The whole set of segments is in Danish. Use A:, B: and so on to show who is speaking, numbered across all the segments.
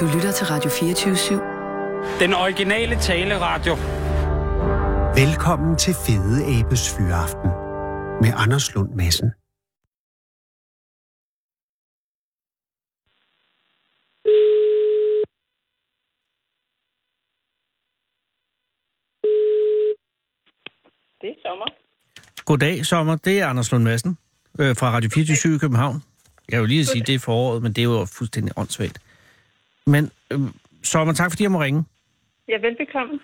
A: Du lytter til Radio 24 /7.
B: Den originale taleradio.
C: Velkommen til Fede Abes Fyraften med Anders Lund Madsen.
D: Det er sommer.
E: Goddag, Sommer. Det er Anders Lund Madsen øh, fra Radio 24 i København. Jeg vil lige sige, det er foråret, men det er jo fuldstændig åndssvagt. Men øh, Sommer, tak fordi jeg må ringe.
D: Ja, velbekomme.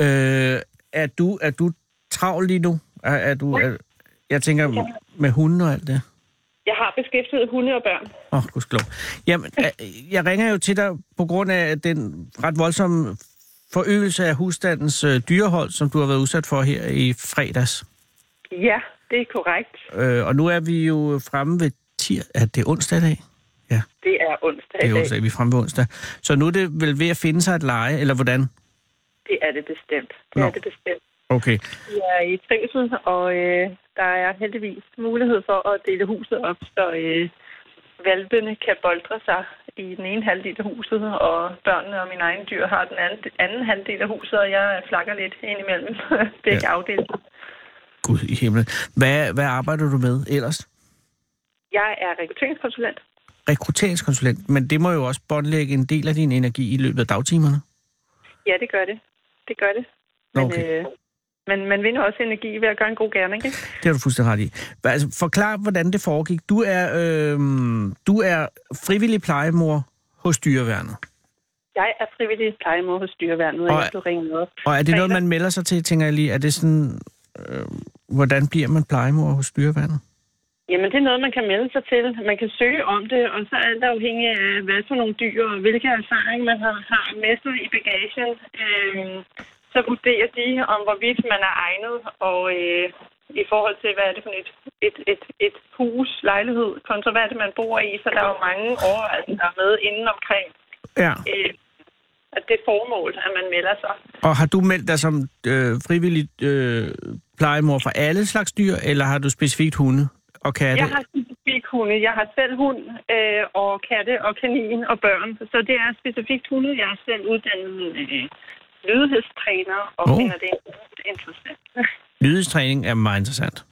E: Øh, er, du, er du travl lige nu? Er, er du, er, jeg tænker med hunden og alt det.
D: Jeg har beskæftiget hunde og børn.
E: Åh, oh, gudskelov. Jamen, øh, jeg ringer jo til dig på grund af den ret voldsomme forøgelse af husstandens øh, dyrehold, som du har været udsat for her i fredags.
D: Ja, det er korrekt.
E: Øh, og nu er vi jo fremme ved tir... Er det onsdag i dag?
D: Det er onsdag
E: Det
D: i
E: er
D: dag.
E: onsdag, vi er fremme ved onsdag. Så nu er det vel ved at finde sig et leje, eller hvordan?
D: Det er det bestemt. Det
E: Nå.
D: er det bestemt.
E: Okay.
D: Vi er i trivsel, og øh, der er heldigvis mulighed for at dele huset op, så øh, valpene kan boldre sig i den ene halvdel af huset, og børnene og mine egne dyr har den anden, anden halvdel af huset, og jeg flakker lidt indimellem begge ja. afdelinger.
E: Gud i himlen. Hvad, hvad arbejder du med ellers?
D: Jeg er rekrutteringskonsulent.
E: Rekrutteringskonsulent, men det må jo også båndlægge en del af din energi i løbet af dagtimerne.
D: Ja, det gør det. Det gør det. Men,
E: Okay.
D: øh, men man vinder også energi ved at gøre en god gerning, ikke?
E: Det har du fuldstændig ret i. Hva- Altså, forklar, hvordan det foregik. Du er, øh, du er frivillig plejemor hos dyreværnet.
D: Jeg er frivillig plejemor hos dyreværnet, og
E: Og-
D: jeg blev ringet op.
E: Og er det noget,
D: Fredag.
E: man melder sig til, tænker jeg lige? Er det sådan, øh, hvordan bliver man plejemor hos dyreværnet?
D: Jamen, det er noget, man kan melde sig til. Man kan søge om det, og så er alt afhængig af, hvad for nogle dyr og hvilke erfaring man har, har med sig i bagagen. Øhm, så vurderer de, om hvorvidt man er egnet, og øh, i forhold til, hvad er det for et, et, et, et hus, lejlighed, kontra hvad er det, man bor i. Så der er jo mange overvejelser med inden omkring
E: Ja.
D: øh, at det formål, at man melder sig.
E: Og har du meldt dig som øh, frivillig øh, plejemor for alle slags dyr, eller har du specifikt hunde og katte?
D: Jeg har specifikt hunde. Jeg har selv hund øh, og katte og kanin og børn. Så det er specifikt hunde. Jeg er selv uddannet øh, lydighedstræner og
E: Åh.
D: oh. finder det interessant.
E: Lydighedstræning er meget interessant.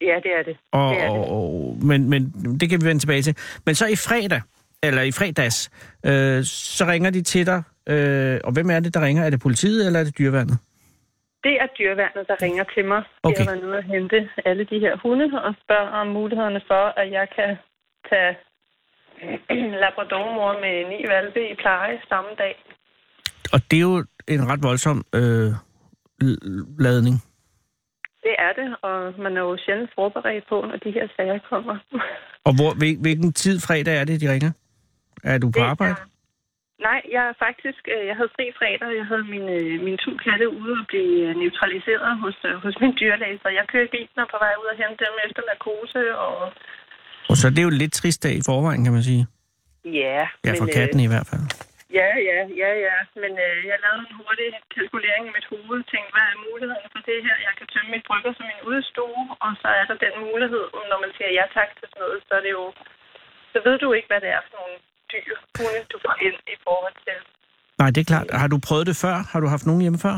D: ja, det er det.
E: Og,
D: det, er det.
E: og, og, men, men det kan vi vende tilbage til. Men så i fredag, eller i fredags, øh, så ringer de til dig. Øh, og hvem er det, der ringer? Er det politiet, eller er det dyreværnet?
D: det er dyreværnet, der ringer til mig. Okay.
E: Okay.
D: Jeg var nede og hente alle de her hunde og spørger om mulighederne for, at jeg kan tage labradormor med ni valpe i pleje samme dag.
E: Og det er jo en ret voldsom øh, l- ladning.
D: Det er det, og man er jo sjældent forberedt på, når de her sager kommer.
E: Og hvor, hvil- hvilken tid fredag er det, de ringer? Er du på
D: Det
E: arbejde?
D: er- Nej, jeg er faktisk, øh, jeg havde fri fredag, jeg havde mine, øh, mine to katte ude og blive øh, neutraliseret hos, øh, hos min dyrlæge, så jeg kører i bilen og er på vej ud og hente dem efter narkose, og
E: Og så er det jo lidt trist dag i forvejen, kan man sige.
D: ja,
E: Ja, for katten i hvert fald.
D: Øh, ja, ja, ja, ja, men øh, jeg lavede en hurtig kalkulering i mit hoved, tænkte, hvad er muligheden for det her? Jeg kan tømme mit brygger som en udstue, og så er der den mulighed, og når man siger ja tak til sådan noget, så er det jo, så ved du ikke, hvad det er for nogle dyr, hunde, du får ind i forhold til.
E: Nej, det er klart. Har du prøvet det før? Har du haft nogen hjemme før?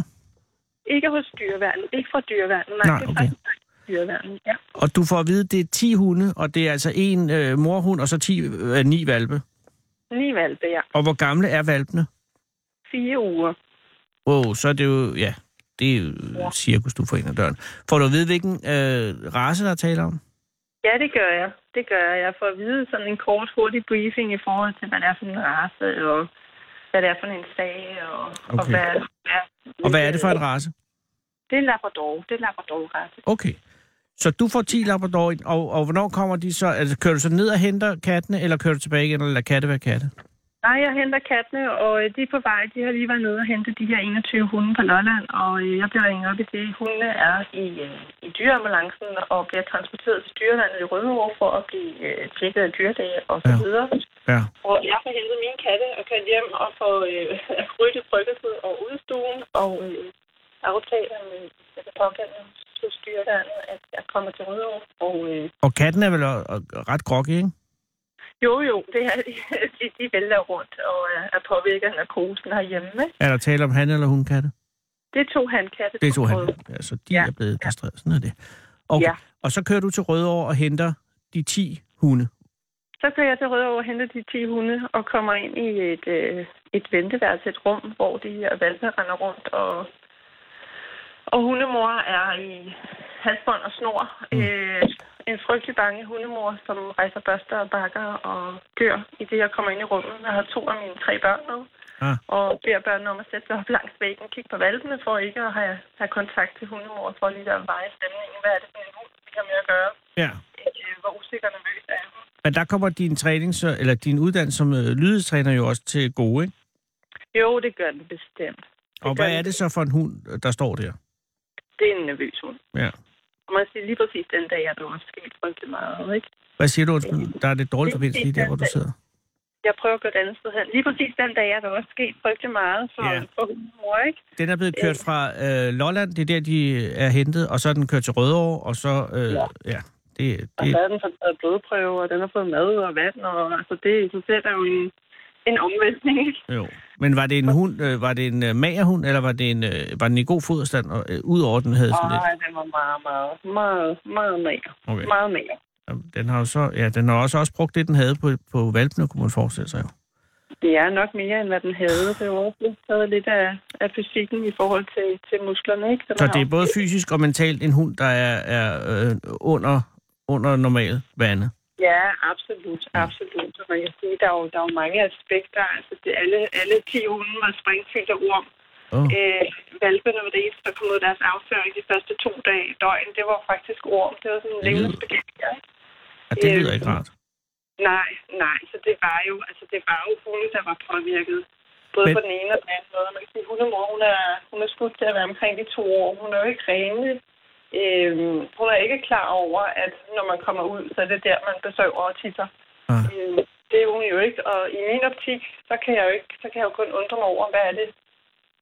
D: Ikke hos dyreværnet. Ikke fra dyreværnet. Nej,
E: Nej,
D: det er
E: okay.
D: faktisk dyreværnet, ja.
E: Og du får at vide, det er 10 hunde, og det er altså en øh, morhund, og så 10, øh, 9 valpe.
D: Lige valgte jeg.
E: Og hvor gamle er valpene?
D: Fire uger.
E: Wow, så er det jo, ja, det er jo et cirkus, du får ind ad døren. Får du at vide, hvilken øh, race, der er tale om?
D: Ja, det gør jeg. Det gør jeg. Jeg får at vide sådan en kort, hurtig briefing i forhold til, hvad det er for en race, og hvad det er for en sag, og, okay. og
E: Okay.
D: hvad, ja,
E: Og hvad er det for en race?
D: Det er en labrador. Det er en labrador-race.
E: Okay. Så du får 10 labrador ind, og, og hvornår kommer de så? Altså, kører du så ned og henter kattene, eller kører du tilbage igen, eller lader katte være katte?
D: Nej, jeg henter kattene, og øh, de er på vej. De har lige været nede og hente de her 21 hunde på Lolland, og øh, jeg bliver ringet op i det. Hundene er i, øh, i dyreambulancen og bliver transporteret til dyrelandet i Rødovre for at blive øh, tjekket af dyrlæge og så
E: Ja.
D: videre.
E: Ja.
D: Og jeg får hentet mine katte og kørt hjem og får øh, ryddet bryggetid og udstuen og øh, aftaler med med det pågældende hos dyrlandet, at jeg kommer til Rødovre. Og øh,
E: Og katten er vel øh, øh, ret groggy, ikke?
D: Jo, jo, det er, de, de vælter rundt og er, er påvirket af narkosen herhjemme. Ikke?
E: Er der tale om han eller hun katte?
D: Det er to handkatte.
E: Det er to han.
D: Røde.
E: Ja, så de ja.
D: Ja.
E: er blevet kastreret. Sådan er det. Okay.
D: Ja.
E: Og så kører du til Rødovre og henter de 10 hunde.
D: Så kører jeg til Rødovre og henter de 10 hunde og kommer ind i et, øh, et venteværelse, et rum, hvor de her valpe render rundt. Og, og hundemor er i halsbånd og snor. Mm. Øh, en frygtelig bange hundemor, som rejser børster og bakker og dør, i det jeg kommer ind i rummet. Jeg har to af mine tre børn med.
E: Ah.
D: Og beder børnene om at sætte sig op langs væggen, kigge på valpene, for ikke at have, have kontakt til hundemor, for lige at veje stemningen. Hvad er det for en hund, vi har med at gøre?
E: Ja.
D: Øh, hvor usikker og nervøs er hun?
E: Men der kommer din træning, så, eller din uddannelse som øh, lydetræner jo også til gode, ikke?
D: Jo, det gør den bestemt.
E: Og
D: gør
E: hvad er
D: den.
E: det så for en hund, øh, der står der?
D: Det er en nervøs hund.
E: Ja.
D: Og man siger lige præcis den dag, at det også sket frygtelig meget. Ikke?
E: Hvad siger du? Undskyld, Der er lidt dårlig
D: Det er
E: forbindelse lige der, hvor du sidder.
D: Jeg prøver at gå et andet sted hen. Lige præcis den dag, at det også sket frygtelig meget for,
E: Ja.
D: yeah. for hunden mor. Ikke?
E: Den er blevet kørt fra øh, Lolland, det er der, de er hentet, og så er den kørt til Rødovre, og så... Øh, ja.
D: Ja.
E: ja. Det,
D: Og
E: det,
D: så er den så taget blodprøve, og den har fået mad og vand. Og, altså, det i sig selv er jo en, en omvæltning. Ikke?
E: jo. Men var det en hund, øh, var det en øh, magerhund, eller var, det en, øh, var den i god foderstand, og, øh, udover den havde sådan lidt...
D: Og den var meget, meget, meget, meget mager.
E: Okay.
D: Meget mager.
E: Jamen, Den har jo så, ja, den har også, også brugt det, den havde på, på valpene, kunne man forestille sig jo.
D: Det er nok mere, end hvad den havde. Det var også taget lidt af, af fysikken i forhold til, til musklerne. Ikke? den
E: Så
D: har
E: det er
D: jo-
E: både fysisk og mentalt en hund, der er, er øh, under, under normal vande.
D: Ja, absolut, absolut. Og man kan sige, der er jo, der er jo mange aspekter. Altså, det, alle, alle 10 hunde var springfyldt af orm.
E: Oh.
D: Øh, valpene var det eneste, der kom ud af deres afføring de første to dage døgn. Det var jo faktisk orm. Det var sådan en
E: Det lyder-
D: levende spaghetti. ikke?
E: Ja, det
D: øh,
E: lyder ikke rart.
D: Nej, nej. Så det var jo, altså, det var jo hunde, der var påvirket. Både
E: Men-
D: Men... på den ene og den anden måde. Man kan sige, hundemor, hun er, hun er skudt til at være omkring de to år. Hun er jo ikke renlig. Øhm, hun er ikke klar over, at når man kommer ud, så er det der, man besøger og tisser.
E: Ah.
D: Øh, det er hun jo ikke, og i min optik, så kan jeg jo ikke, så kan jeg jo kun undre mig over, hvad er det,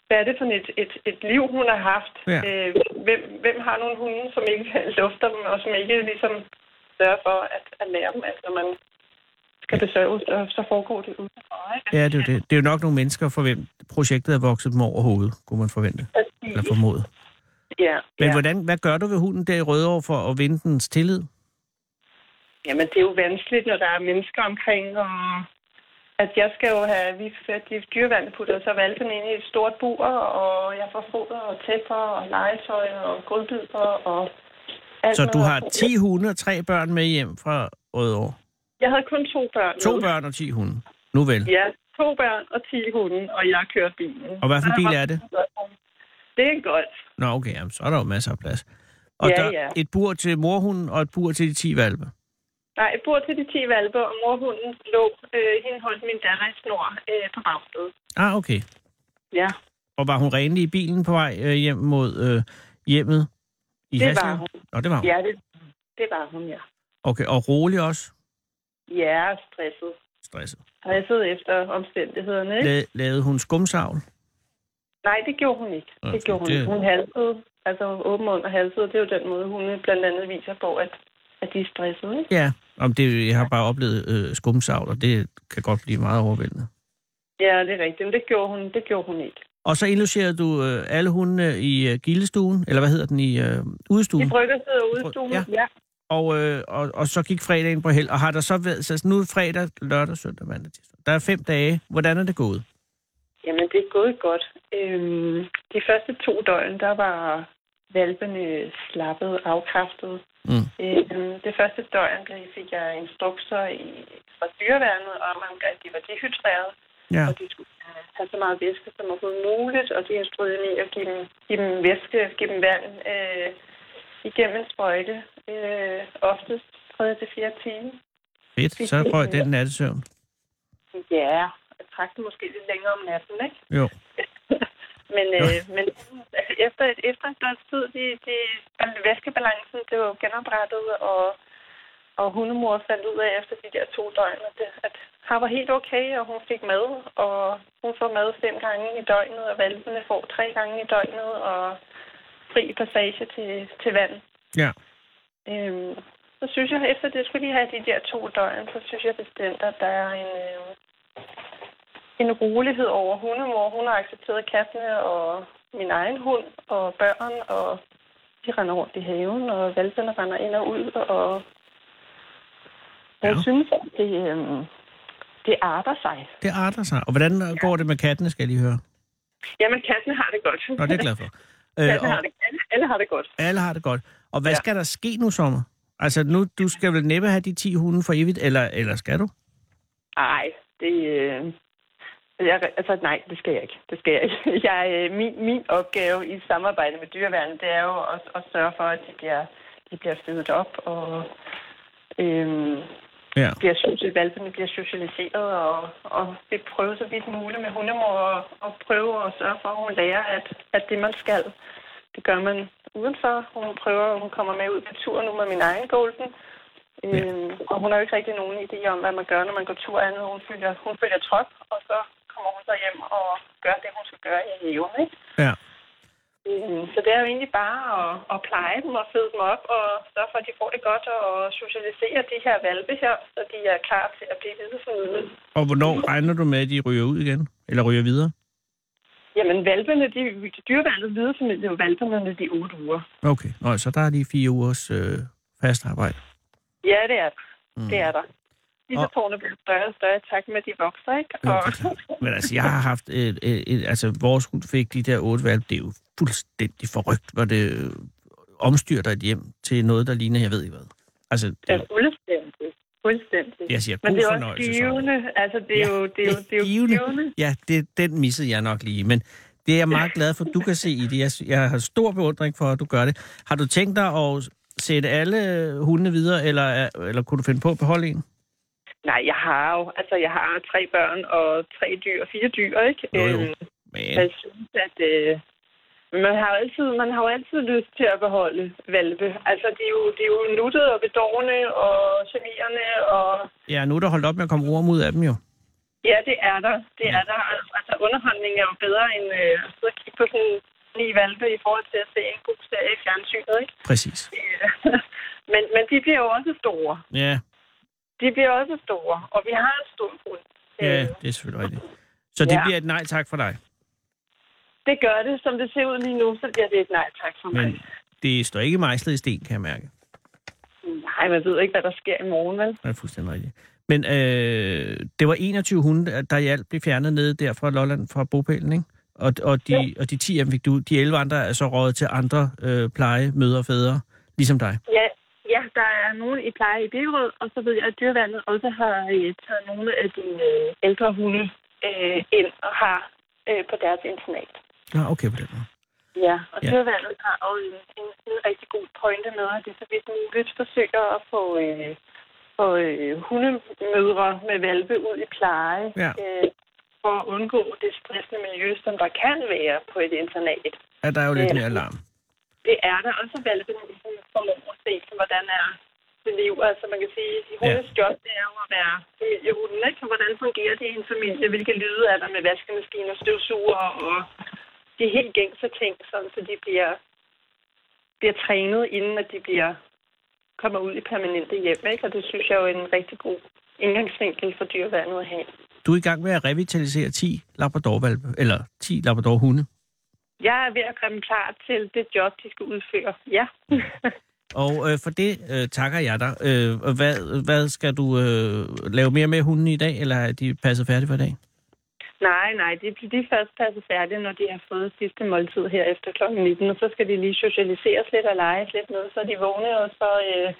D: hvad er det for et, et, et liv, hun har haft?
E: Ja.
D: Øh, hvem, hvem har nogle hunde, som ikke lufter dem, og som ikke ligesom sørger for at, at lære dem, at når man skal besøge, så, så foregår det udenfor, ikke?
E: Ja, det er, jo det. det er jo nok nogle mennesker, for hvem projektet er vokset dem over hovedet, kunne man forvente, eller formode.
D: Ja,
E: Men
D: ja.
E: hvordan, hvad gør du ved hunden der i Rødovre for at vinde dens tillid?
D: Jamen, det er jo vanskeligt, når der er mennesker omkring, og at jeg skal jo have, vi de dyrevandputter, og så valgte den ind i et stort bur, og jeg får foder og tæpper og legetøj og godbidder og alt
E: Så du
D: noget.
E: har 10 hunde og 3 børn med hjem fra Rødovre.
D: Jeg havde kun to børn.
E: To
D: med.
E: børn og 10 hunde. Nu vel.
D: Ja, to børn og ti hunde, og jeg kører bilen.
E: Og hvad for en bil er det?
D: Det er en golf.
E: Nå, okay, jamen, så er der jo masser af plads. Og
D: Ja,
E: der
D: ja.
E: et bur til morhunden og et bur til de 10 valpe.
D: Nej, jeg bor til de 10 valpe, og morhunden lå, øh, hende holdt min datter i snor øh, på bagsædet.
E: Ah, okay.
D: Ja,
E: Og var hun renlig i bilen på vej øh, hjem mod øh, hjemmet i
D: Det var
E: Haslev?
D: hun.
E: Nå, det var hun.
D: ja det, det var hun, ja.
E: Okay, og rolig også?
D: Ja, stresset.
E: Stresset.
D: stresset efter omstændighederne. Ikke?
E: La- lavede hun skumsavl?
D: Nej, det gjorde hun ikke.
E: Okay,
D: Det gjorde hun
E: det-
D: ikke. Hun halsede, altså åben mund og halsede. Det er jo den måde, hun blandt andet viser på, at, at de er stressede. Ikke?
E: Ja, om det, jeg har bare oplevet øh, skumsavl, og det kan godt blive meget overvældende.
D: Ja, det er rigtigt. Men det gjorde hun, det gjorde hun ikke.
E: Og så indlogerede du øh, alle hundene i øh, gildestuen, eller hvad hedder den, i øh,
D: De
E: udestuen,
D: brygger sidder ude
E: Brygger,
D: i stuen.
E: ja.
D: Ja. ja.
E: og, øh, og, og så gik fredagen på held. Og har der så været, så nu er det fredag, lørdag, søndag, mandag, tirsdag. Der er fem dage. Hvordan er det gået?
D: Jamen, det er gået godt. Øhm, de første to døgn, der var valpene slappet, afkræftet.
E: Mm.
D: Øhm, det første døgn blev- fik jeg instrukser i, fra dyreværnet om, at de var dehydreret.
E: Ja.
D: og de skulle øh, have så meget væske som overhovedet muligt, og de instruerede mig at give dem, give dem væske, give dem vand øh, igennem en sprøjte, øh, oftest 3 til 4 timer.
E: Fedt, så røg den nattesøvn.
D: Ja, jeg trak den måske lidt længere om natten, ikke?
E: Jo.
D: Men, øh, men efter, et, efter et døgns tid, de, de, væskebalancen blev genoprettet, og, og hundemor fandt ud af efter de der to døgn, at, det, at han var helt okay, og hun fik mad, og hun får mad fem gange i døgnet, og valpene får tre gange i døgnet, og fri passage til, til vand.
E: Ja.
D: Øhm, så synes jeg, efter det skulle lige have de der to døgn, så synes jeg bestemt, at der er en, øh, en rolighed over hundemor. Hun har accepteret kattene og min egen hund og børn, og de render rundt i haven, og valpene render ind og ud, og jeg
E: Ja.
D: synes, at det, øh, det arter sig.
E: Det arter sig. Og hvordan øh, går det med kattene, skal jeg lige høre?
D: Jamen, kattene har det godt.
E: Nå, det er jeg glad for. Øh,
D: Kattene har
E: og
D: det, alle, alle har det godt.
E: alle har det godt. Og hvad skal der ske nu, Sommer? Altså, nu, du skal vel næppe have de 10 hunde for evigt, eller, eller skal du?
D: Nej, det... Øh, jeg, altså, nej, det skal jeg ikke. Det skal jeg ikke. Jeg, øh, min, min opgave i samarbejde med dyreværnet, det er jo at, at sørge for, at de bliver, de bliver født op, og øh,
E: Ja.
D: bliver social, valpene bliver socialiseret, og, og vi prøver så vidt muligt med hundemor og, og prøve at sørge for, at hun lærer, at, at det man skal, det gør man udenfor. Hun prøver, hun kommer med ud på tur nu med min egen golden,
E: Ja.
D: Øhm, og hun har jo ikke rigtig nogen idé om, hvad man gør, når man går tur andet. Hun følger, hun følger trop, og så kommer hun så hjem og gør det, hun skal gøre i haven. Ikke?
E: Ja.
D: Øhm, så det er jo egentlig bare at, at pleje dem og føde dem op og sørge for, at de får det godt og socialisere de her valpe her, så de er klar til at blive videreformidlet.
E: Og hvornår regner du med, at de ryger ud igen? Eller ryger videre?
D: Jamen, valpene, de, dyreværnet videreformidler jo valperne, når de er otte uger.
E: Okay. Nå, så der er lige fire ugers øh, fast arbejde.
D: Ja, det er der. Mm. Det er der. Disse
E: Og-
D: tårne bliver større og større i takt med, at de vokser, ikke?
E: Jo,
D: Og,
E: det er klart. Men altså, jeg har haft... Et, et, et, altså, vores hund fik de der otte valg. Det er jo fuldstændig forrygt, hvor det øh, omstyrter et hjem til noget, der ligner, jeg ved ikke hvad. Altså, det,
D: Ja, fuldstændig. Fuldstændig.
E: Jeg siger,
D: Men
E: god
D: det er også
E: fornøjelse, så.
D: givende. Altså, det er
E: Ja,
D: jo, det er jo, det er jo
E: givende.
D: givende. givende.
E: Ja, det, den missede jeg nok lige, men det er jeg meget glad for, du kan se i det. Jeg, jeg har stor beundring for, at du gør det. Har du tænkt dig at sætte alle hundene videre, eller, er- eller kunne du finde på at beholde en?
D: Nej, jeg har jo, altså, jeg har tre børn og tre dyr og fire dyr, ikke?
E: Jo, jo.
D: Øhm,
E: Men,
D: Jeg synes, at øh, man, har jo altid, man har jo altid lyst til at beholde valpe. Altså, de er jo, de er jo nuttede og bedårende og generende, og
E: ja, nu er der holdt op med at komme orm ud af dem jo.
D: ja, det er der. Det er der. Altså, underholdning er jo bedre end øh, at sidde og kigge på sådan ni valpe i forhold til at se en god serie i fjernsynet, ikke?
E: Præcis.
D: men, men de bliver jo også store.
E: Ja,
D: De bliver også store, og vi har en stor hund.
E: ja
D: Øh,
E: det er selvfølgelig rigtigt. Så det
D: Ja.
E: bliver et nej tak for dig.
D: Det gør det, som det ser ud lige nu, så bliver det et nej tak for mig.
E: Men det står ikke mejslet i sten, kan jeg mærke.
D: Nej, man ved ikke, hvad der sker i morgen, vel?
E: Det er fuldstændig rigtigt. Men øh, det var 21 hunde, der- der i alt blev fjernet nede der fra Lolland fra bopælen, ikke? Og, og, de, og de 10 af dem fik du. De 11 andre er så røget til andre øh, pleje, mødre og fædre, ligesom dig.
D: Ja, ja, der er nogen i pleje i Birkerød, og så ved jeg, at dyrvandet også har øh, taget nogle af de øh, ældre hunde øh, ind og har øh, på deres internat.
E: Ja, okay på den måde.
D: Ja, og
E: Ja.
D: ja. dyrvandet har jo en, en, en rigtig god pointe med, at det så vidt muligt forsøger at få, øh, få øh, hundemødre med valpe ud i pleje,
E: Ja.
D: øh, for at undgå det stressende miljø, som der kan være på et internat.
E: Ja, der er jo lidt
D: Ja.
E: mere alarm.
D: Det er der også valgene, som formår ligesom at se, hvordan er det liv. Altså man kan sige, at hundens job det er jo at være familiehunden, ikke? Så hvordan fungerer det i en familie? Hvilke lyde er der med vaskemaskiner, støvsuger og de helt gængse ting, sådan, så de bliver, bliver trænet, inden at de bliver kommer ud i permanente hjem. Ikke? Og det synes jeg jo er en rigtig god indgangsvinkel for dyrvandet at have.
E: Du er i gang med at revitalisere 10 labradorvalpe, eller 10 labradorhunde.
D: Jeg er ved at komme klar til det job, de skal udføre. Ja.
E: Og øh, for det øh, takker jeg dig. Øh, og hvad, hvad skal du øh, lave mere med hunden i dag, eller er de passet færdigt for i dag?
D: Nej, nej, de, de er først passet færdige, når de har fået sidste måltid her efter kl. 19, og så skal de lige socialiseres lidt og lege lidt med, så er de vågne, og så, øh,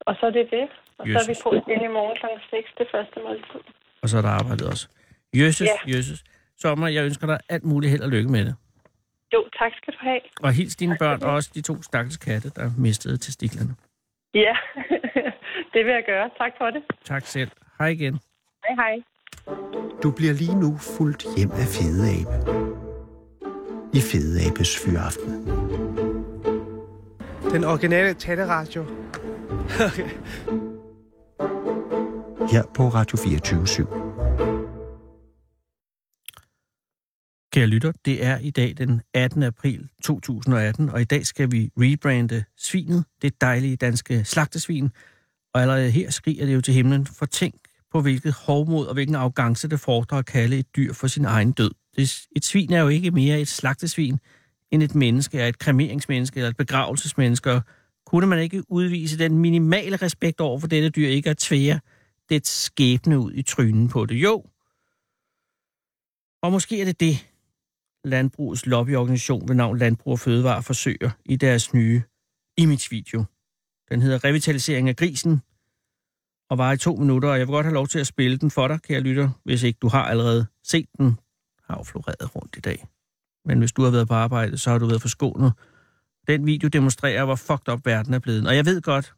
D: og så er det det. Og Jesus. så er vi
E: Jesus.
D: på igen i morgen kl. 6, det første måltid.
E: Og så er der arbejdet også. Jøsses,
D: Ja.
E: ja. jøsses. Sommer, jeg ønsker dig alt muligt held og lykke med det.
D: Jo, tak skal du have.
E: Og hils dine børn, og også de to stakkels katte, der mistede testiklerne.
D: Ja, det vil jeg gøre. Tak for det.
E: Tak selv. Hej igen.
D: Hej, hej.
C: Du bliver lige nu fuldt hjem af Fede Abe. I Fede Abes Fyraften.
A: Den originale taleradio.
C: Her på Radio 24 /7.
E: kære lytter, det er i dag den 18. april 2018, og i dag skal vi rebrande svinet, det dejlige danske slagtesvin. Og allerede her skriger det jo til himlen, for tænk på hvilket hovmod og hvilken arrogance det fordrer at kalde et dyr for sin egen død. Det- Et svin er jo ikke mere et slagtesvin, end et menneske er et kremeringsmenneske eller et begravelsesmenneske. Og Kunne man ikke udvise den minimale respekt over for dette dyr, ikke at tvære det skæbne ud i trynen på det? Jo, og måske er det det, landbrugets lobbyorganisation ved navn Landbrug og Fødevare forsøger i deres nye imagevideo. Den hedder Revitalisering af grisen, og var i to minutter, og jeg vil godt have lov til at spille den for dig, kære lytter, hvis ikke du har allerede set den. Den Har jo floreret rundt i dag. Men hvis du har været på arbejde, så har du været forskånet. Den video demonstrerer, hvor fucked up verden er blevet. Og jeg ved godt,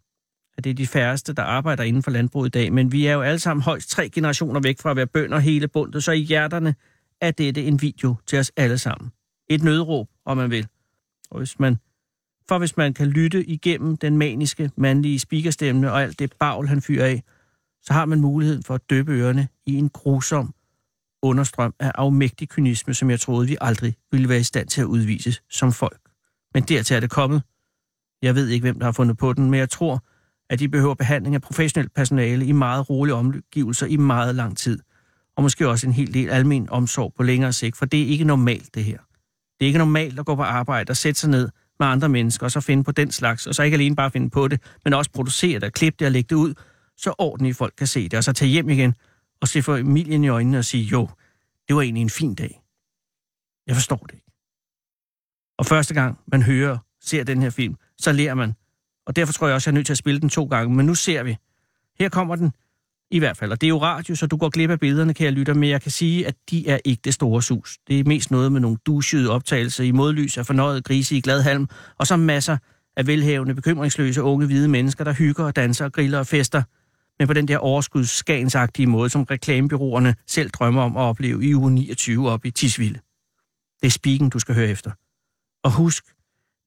E: at det er de færreste, der arbejder inden for landbrug i dag, men vi er jo alle sammen højst tre generationer væk fra at være bønder hele bundet, så i hjerterne er dette en video til os alle sammen. Et nødråb, om man vil. Og hvis man, for hvis man kan lytte igennem den maniske, mandlige speakerstemme og alt det bagl, han fyrer af, så har man muligheden for at døbe ørerne i en grusom understrøm af afmægtig kynisme, som jeg troede, vi aldrig ville være i stand til at udvise som folk. Men dertil er det kommet. Jeg ved ikke, hvem der har fundet på den, men jeg tror, at de behøver behandling af professionelt personale i meget rolige omgivelser i meget lang tid og måske også en hel del almen omsorg på længere sigt, for det er ikke normalt det her. Det er ikke normalt at gå på arbejde og sætte sig ned med andre mennesker, og så finde på den slags, og så ikke alene bare finde på det, men også producere det, og klippe det og lægge det ud, så ordentlige folk kan se det, og så tage hjem igen og se familien i øjnene og sige, jo, det var egentlig en fin dag. Jeg forstår det ikke. Og første gang man hører, ser den her film, så lærer man. Og derfor tror jeg også, jeg er nødt til at spille den to gange, men nu ser vi. Her kommer den i hvert fald. Og det er jo radio, så du går glip af billederne, kære lytter, men jeg kan sige, at de er ikke det store sus. Det er mest noget med nogle duschede optagelser i modlys af fornøjet grise i gladhalm, og så masser af velhavende, bekymringsløse unge hvide mennesker, der hygger og danser og griller og fester, men på den der overskudsskagensagtige måde, som reklamebyråerne selv drømmer om at opleve i uge 29 op i Tisvilde. Det er spiken, du skal høre efter. Og husk,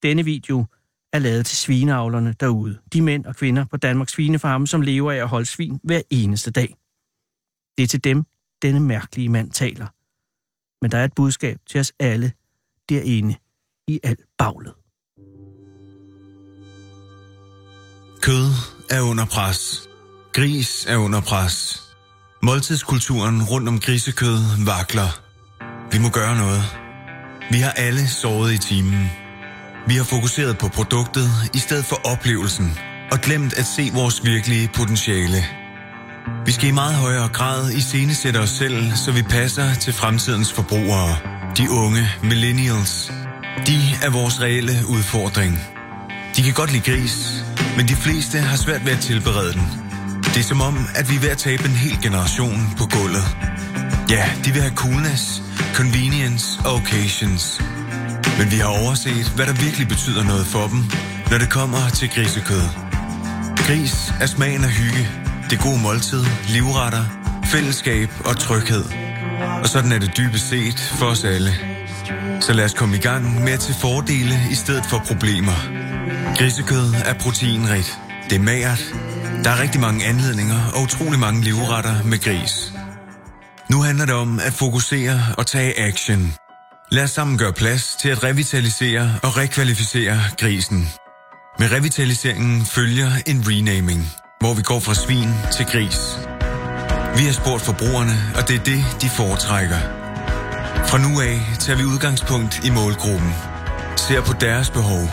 E: denne video er lavet til svineavlerne derude. De mænd og kvinder på Danmarks svinefarme, som lever af at holde svin hver eneste dag. Det er til dem, denne mærkelige mand taler. Men der er et budskab til os alle derinde i al baglet.
F: Kød er under pres. Gris er under pres. Måltidskulturen rundt om grisekød vakler. Vi må gøre noget. Vi har alle såret i timen. Vi har fokuseret på produktet i stedet for oplevelsen og glemt at se vores virkelige potentiale. Vi skal i meget højere grad iscenesætte os selv, så vi passer til fremtidens forbrugere. De unge millennials. De er vores reelle udfordring. De kan godt lide gris, men de fleste har svært ved at tilberede den. Det er som om, at vi er ved at tabe en hel generation på gulvet. Ja, de vil have coolness, convenience og occasions. Men vi har overset, hvad der virkelig betyder noget for dem, når det kommer til grisekød. Gris er smagen af hygge, det gode måltid, livretter, fællesskab og tryghed. Og sådan er det dybest set for os alle. Så lad os komme i gang med at til fordele i stedet for problemer. Grisekød er proteinrigt. Det er magert. Der er rigtig mange anledninger og utrolig mange livretter med gris. Nu handler det om at fokusere og tage action. Lad os sammen gøre plads til at revitalisere og rekvalificere grisen. Med revitaliseringen følger en renaming, hvor vi går fra svin til gris. Vi har spurgt forbrugerne, og det er det, de foretrækker. Fra nu af tager vi udgangspunkt i målgruppen. Ser på deres behov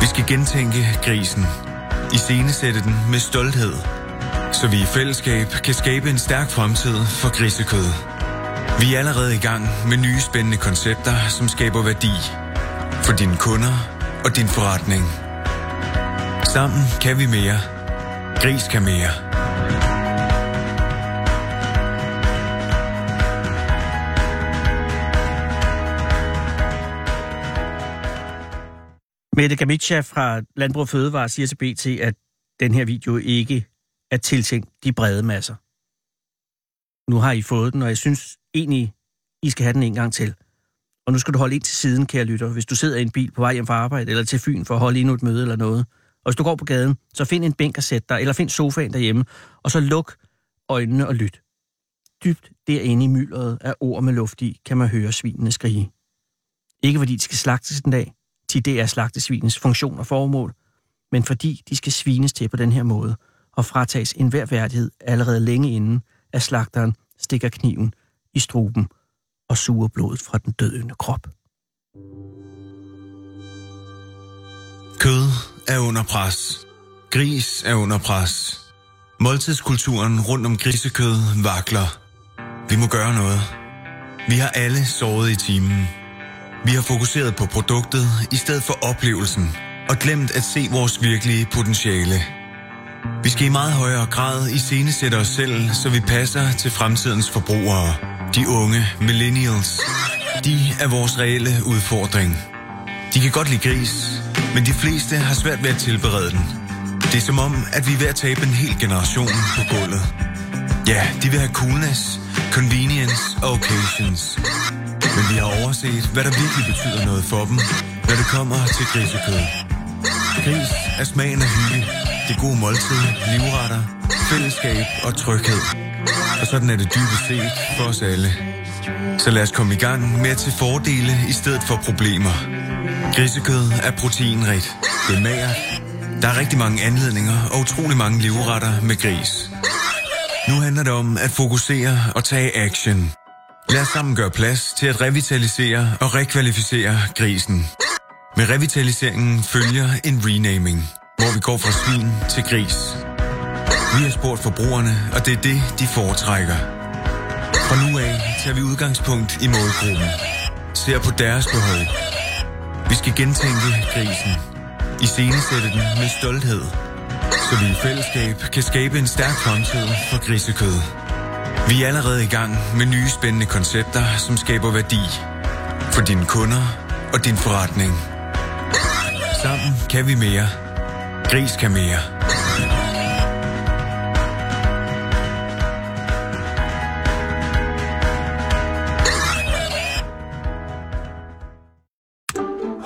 F: vi skal gentænke grisen. I scenesætte den med stolthed. Så vi i fællesskab kan skabe en stærk fremtid for grisekød. Vi er allerede i gang med nye spændende koncepter, som skaber værdi. For dine kunder og din forretning. Sammen kan vi mere. Gris kan mere.
E: Mette Gamitja fra Landbrug og Fødevare siger til BT, at den her video ikke er tiltænkt de brede masser. Nu har I fået den, og jeg synes egentlig, I skal have den en gang til. Og nu skal du holde ind til siden, kære lytter, hvis du sidder i en bil på vej hjem fra arbejde, eller til Fyn for at holde endnu et møde eller noget. Og hvis du går på gaden, så find en bænk og sæt dig, eller find sofaen derhjemme, og så luk øjnene og lyt. Dybt derinde i myldret af ord med luft i, kan man høre svinene skrige. Ikke fordi de skal slagtes en dag, til det er slagtesvinens funktion og formål, men fordi de skal svines til på den her måde og fratages enhver værdighed allerede længe inden, at slagteren stikker kniven i struben og suger blodet fra den døende krop.
F: Kød er under pres. Gris er under pres. Måltidskulturen rundt om grisekød vakler. Vi må gøre noget. Vi har alle såret i timen. Vi har fokuseret på produktet i stedet for oplevelsen og glemt at se vores virkelige potentiale. Vi skal i meget højere grad iscenesætte os selv, så vi passer til fremtidens forbrugere. De unge millennials. De er vores reelle udfordring. De kan godt lide gris, men de fleste har svært ved at tilberede den. Det er som om, at vi er ved at tabe en hel generation på gulvet. Ja, de vil have coolness, convenience og occasions. Men vi har overset, hvad der virkelig betyder noget for dem, når det kommer til grisekød. Gris er smagen af hygge, det gode måltid, livretter, fællesskab og tryghed. Og sådan er det dybest set for os alle. Så lad os komme i gang med at til fordele i stedet for problemer. Grisekød er proteinrigt. Det er magert. Der er rigtig mange anledninger og utrolig mange livretter med gris. Nu handler det om at fokusere og tage action. Lad os sammen gøre plads til at revitalisere og rekvalificere grisen. Med revitaliseringen følger en renaming, hvor vi går fra svin til gris. Vi har spurgt forbrugerne, og det er det, de foretrækker. Fra nu af tager vi udgangspunkt i målgruppen. Ser på deres behov. Vi skal gentænke grisen. I sætte den med stolthed. Så vi i fællesskab kan skabe en stærk fremtid for grisekød. Vi er allerede i gang med nye spændende koncepter, som skaber værdi. For dine kunder og din forretning. Sammen kan vi mere. Gris kan mere.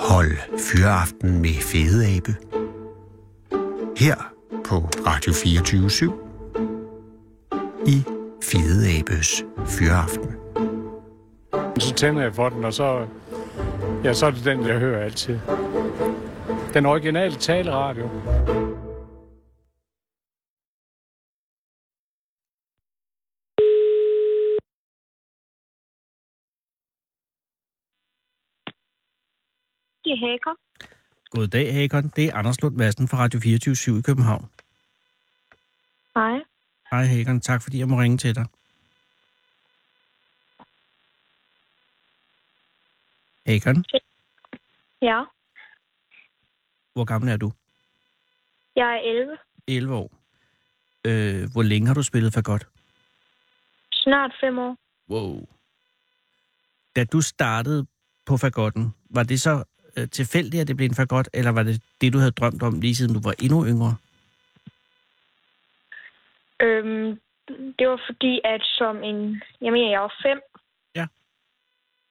C: Hold Fyraften med Fede Abe. Her på Radio 24 i Fede Abes Fyraften.
G: Så tænder jeg for den, og så, ja, så er det den, jeg hører altid. Den originale taleradio.
H: Det er Hager.
E: Goddag, Hakon. Det er Anders Lund Madsen fra Radio 24 i København.
H: Hej.
E: Hej, Hakon. Tak, fordi jeg må ringe til dig. Hakon,
H: Ja,
E: hvor gammel er du?
H: jeg er 11.
E: 11 år. Øh, hvor længe har du spillet for godt?
H: Snart 5 år.
E: Wow. Da du startede på fagotten, var det så øh, tilfældigt, at det blev en fagot, eller var det det, du havde drømt om lige siden du var endnu yngre?
H: Øhm, det var fordi, at som en... Jeg mener, jeg var 5.
E: Ja.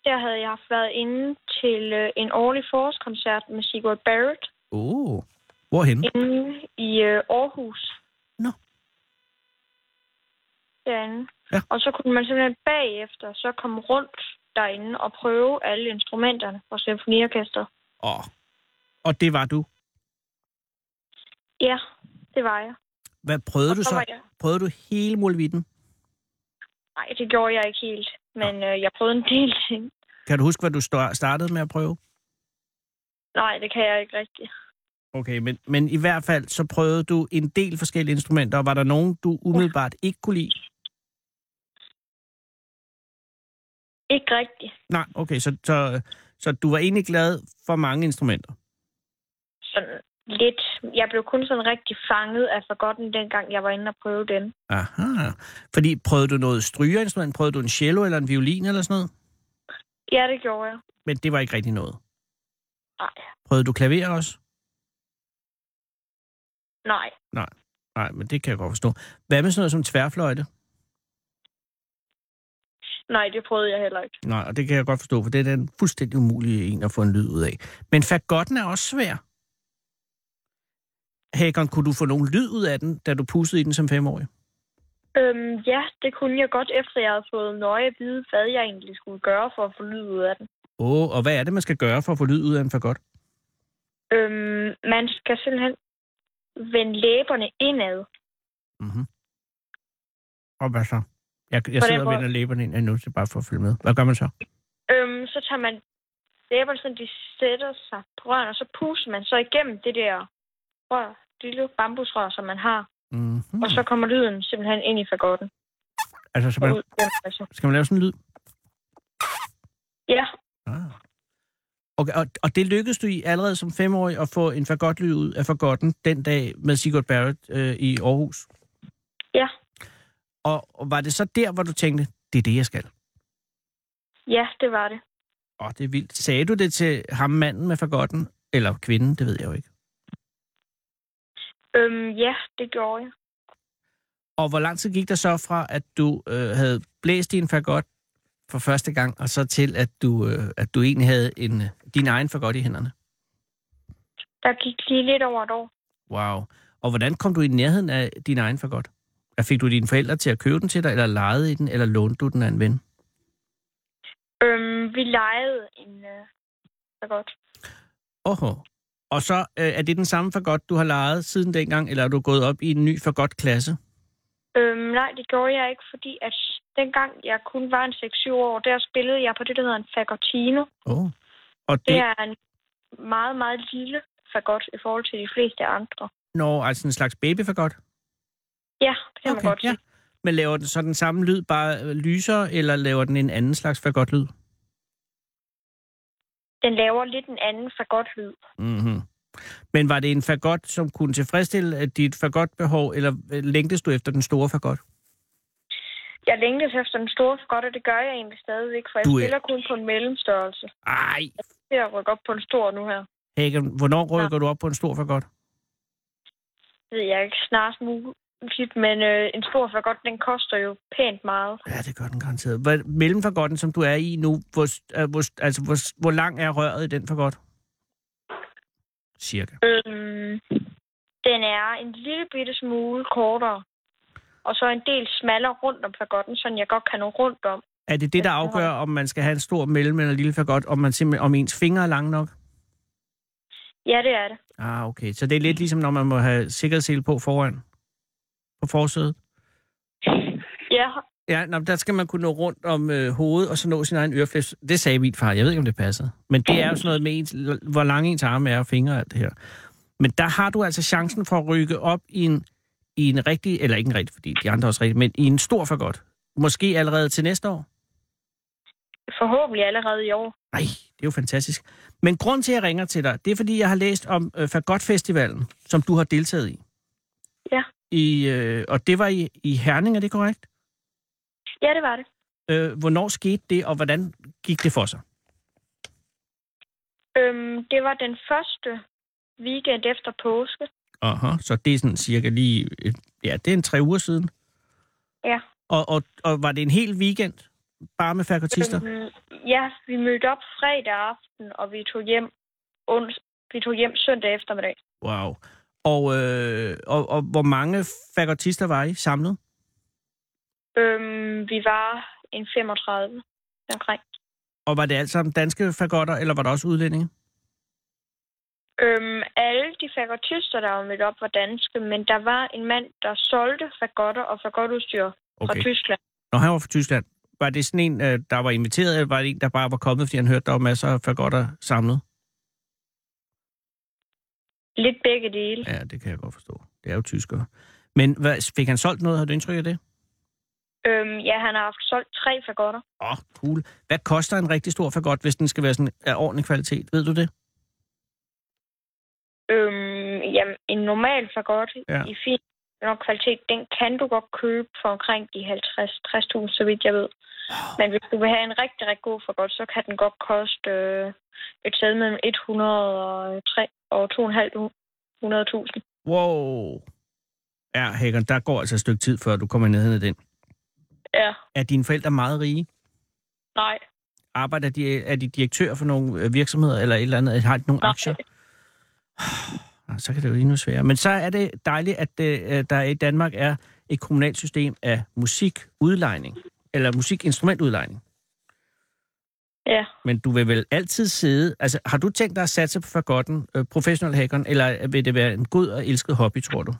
H: Der havde jeg haft været inde til øh, en årlig forårskoncert med Sigurd Barrett
E: Åh, oh. hvorhen?
H: inde i øh, Aarhus.
E: Nå.
H: Derinde.
E: Ja.
H: Og så kunne man simpelthen bagefter så komme rundt derinde og prøve alle instrumenterne fra symfoniorkester.
E: Åh. Og det var du.
H: Ja, det var jeg.
E: Hvad prøvede
H: Og
E: du
H: så var
E: så?
H: jeg.
E: Prøvede du hele mulvitten?
H: Nej, det gjorde jeg ikke helt. Men øh, jeg prøvede en del ting.
E: Kan du huske, hvad du sta- startede med at prøve?
H: Nej, det kan jeg ikke rigtigt.
E: Okay, men, men i hvert fald, så prøvede du en del forskellige instrumenter, og var der nogen, du umiddelbart ikke kunne lide?
H: Ikke rigtigt.
E: Nej, okay, så, så, så du var egentlig glad for mange instrumenter.
H: Sådan lidt. Jeg blev kun sådan rigtig fanget af forgotten, dengang jeg var inde og prøve den.
E: Aha. Fordi prøvede du noget strygerinstrument? Prøvede du en cello eller en violin eller sådan noget?
H: Ja, det gjorde jeg.
E: Men det var ikke rigtig noget.
H: Nej.
E: Prøvede du klaver også?
H: Nej.
E: Nej, men det kan jeg godt forstå. Hvad med sådan noget som tværfløjte?
H: Nej, det prøvede jeg heller ikke.
E: Nej, og det kan jeg godt forstå, for det er den fuldstændig umulige en at få en lyd ud af. Men fagotten er også svær. Hakon, kunne du få nogen lyd ud af den, da du pussede i den som femårig?
I: Øhm, ja, det kunne jeg godt, efter jeg havde fået nøje at vide, hvad jeg egentlig skulle gøre for at få lyd ud af den.
E: Åh, og hvad er det, man skal gøre for at få lyd ud af en for godt?
I: Øhm, man skal simpelthen vende læberne indad.
E: Mm-hmm. Og hvad så? Jeg, jeg
I: På den
E: sidder og
I: måde.
E: vender læberne ind nu, så bare for at følge med. Hvad gør man så?
I: Øhm, så tager man læberne, sådan de sætter sig på røren, og så puster man så igennem det der rør, det lille bambusrør, som man har.
E: Mm-hmm.
I: Og så kommer lyden simpelthen ind i fagotten.
E: Altså, så
I: Og
E: man,
I: ud gennem kassen.
E: skal man lave sådan en lyd?
I: Ja,
E: Ah. Okay, og, og det lykkedes du i allerede som femårig at få en fagotlyd ud af fagotten den dag med Sigurd Barrett øh, i Aarhus?
I: Ja.
E: Og, og var det så der, hvor du tænkte, det er det, jeg skal?
I: ja, det var det.
E: Åh, det er vildt. Sagde du det til ham manden med fagotten? Eller kvinden, det ved jeg jo ikke.
I: Øhm, ja, det gjorde jeg.
E: Og hvor lang tid gik der så fra, at du øh, havde blæst i en fagot for første gang, og så til, at du, øh, at du egentlig havde en, øh, din egen fagot i hænderne?
I: Der gik lige lidt over et år.
E: Wow. Og hvordan kom du i nærheden af din egen for godt? Fik du dine forældre til at købe den til dig, eller lejede i den, eller lånte du den af en ven?
I: Øhm, vi legede en øh, fagot.
E: Oho. Og så øh, er det den samme for godt, du har lejet siden dengang, eller er du gået op i en ny for godt klasse?
I: Øhm, nej, det gjorde jeg ikke, fordi at dengang jeg kun var en 6-7 år, der spillede jeg på det, der hedder en fagotino.
E: Oh. Og det,
I: Det
E: ja.
I: er en meget, meget lille fagot i forhold til de fleste andre.
E: når altså en slags baby for godt?
I: Ja, det kan okay, man godt sige.
E: Men laver den så den samme lyd, bare øh, lysere, eller laver den en anden slags for godt lyd?
I: Den laver lidt en anden fagotlyd.
E: Mm-hmm. Men var det en fagot, som kunne tilfredsstille øh, dit fagotbehov, eller øh, længtes du efter den store fagot?
I: Jeg længtes efter den store fagot, og det gør jeg egentlig stadigvæk, for jeg
E: Du er-
I: spiller kun på en mellemstørrelse.
E: Ej,
I: Det er at rykke op på en stor nu her.
E: Hagen, hvornår rykker ja. du op på en stor for godt?
I: Det ved jeg ikke snart muligt, men øh, en stor fagot, den koster jo pænt meget.
E: Ja, det gør den garanteret. Hvad, mellem forgotten, som du er i nu, hvor, øh, hvor, altså, hvor, hvor lang er røret i den for godt? Cirka.
I: Øhm, den er en lille bitte smule kortere. Og så en del smallere rundt om fagotten, så jeg godt kan nå rundt om.
E: Er det det, der afgør, om man skal have en stor mellem eller lille for godt, om, man simpelthen, om ens fingre er lang nok?
I: Ja, det er det.
E: Ah, okay. Så det er lidt ligesom, når man må have sikkerhedssele på foran, på forsædet.
I: Ja,
E: Ja, nå, men der skal man kunne nå rundt om øh, hovedet, og så nå sin egen øreflæs. Det sagde min far. Jeg ved ikke, om det passer. Men det er jo sådan noget med, ens, hvor lang ens arme er og fingre og alt det her. Men der har du altså chancen for at rykke op i en, i en rigtig, eller ikke en rigtig, fordi de andre er også rigtig, men i en stor for godt. Måske allerede til næste år.
I: forhåbentlig allerede i år.
E: Nej, det er jo fantastisk. Men grund til, at jeg ringer til dig, det er, fordi jeg har læst om øh, Fagotfestivalen, som du har deltaget i.
I: Ja.
E: I, øh, og det var i, i Herning, er det korrekt?
I: Ja, det var det.
E: Øh, hvornår skete det, og hvordan gik det for sig?
I: Øhm, det var den første weekend efter påske.
E: Aha, så det er sådan cirka lige, et- ja, det er en tre uger siden.
I: Ja.
E: Og, og, og var det en hel weekend, bare med fakultister?
I: Øhm, ja, vi mødte op fredag aften, og vi tog hjem, ons- vi tog hjem søndag eftermiddag.
E: Wow. Og, øh, og, og hvor mange fakultister var I samlet?
I: Øhm, vi var en 35 omkring.
E: Og var det alt sammen danske fagotter, eller var der også udlændinge?
I: Øhm, alle de fagotister, der var mødt op, var danske, men der var en mand, der solgte fagotter og fagotudstyr fra Tyskland.
E: Når han var fra Tyskland, var det sådan en, øh, der var inviteret, eller var det en, der bare var kommet, fordi han hørte, der var masser af fagotter samlet?
I: Lidt begge dele.
E: Ja, det kan jeg godt forstå. Det er jo tyskere. Men hvad, fik han solgt noget? Har du indtryk af det?
I: Øhm, ja, han har haft solgt tre fagotter.
E: Åh, oh, cool. Hvad koster en rigtig stor fagot, hvis den skal være sådan af ordentlig kvalitet? Ved du det?
I: Øhm, jamen, en normal fagot
E: Ja.
I: ja. i fin nok kvalitet, den kan du godt købe for omkring de 50-60.000, så vidt jeg ved. Men hvis du vil have en rigtig, rigtig god fagot, så kan den godt koste øh, et sted mellem 100 og, 3, og 2.500.000.
E: Wow. Ja, Hækkeren, der går altså et stykke tid, før du kommer ned af den.
I: Ja,
E: Er dine forældre meget rige?
I: nej.
E: Arbejder de, er de direktør for nogle øh, virksomheder eller et eller andet? Har de nogle
I: Nej.
E: aktier? Nå, Så kan det jo endnu sværere. Men så er det dejligt, at det, øh, der i Danmark er et kommunalt system af musikudlejning, eller musikinstrumentudlejning.
H: Ja.
E: Men du vil vel altid sidde... Altså, har du tænkt dig at satse på fagotten, øh, professional hackeren, eller vil det være en god og elsket hobby, tror du?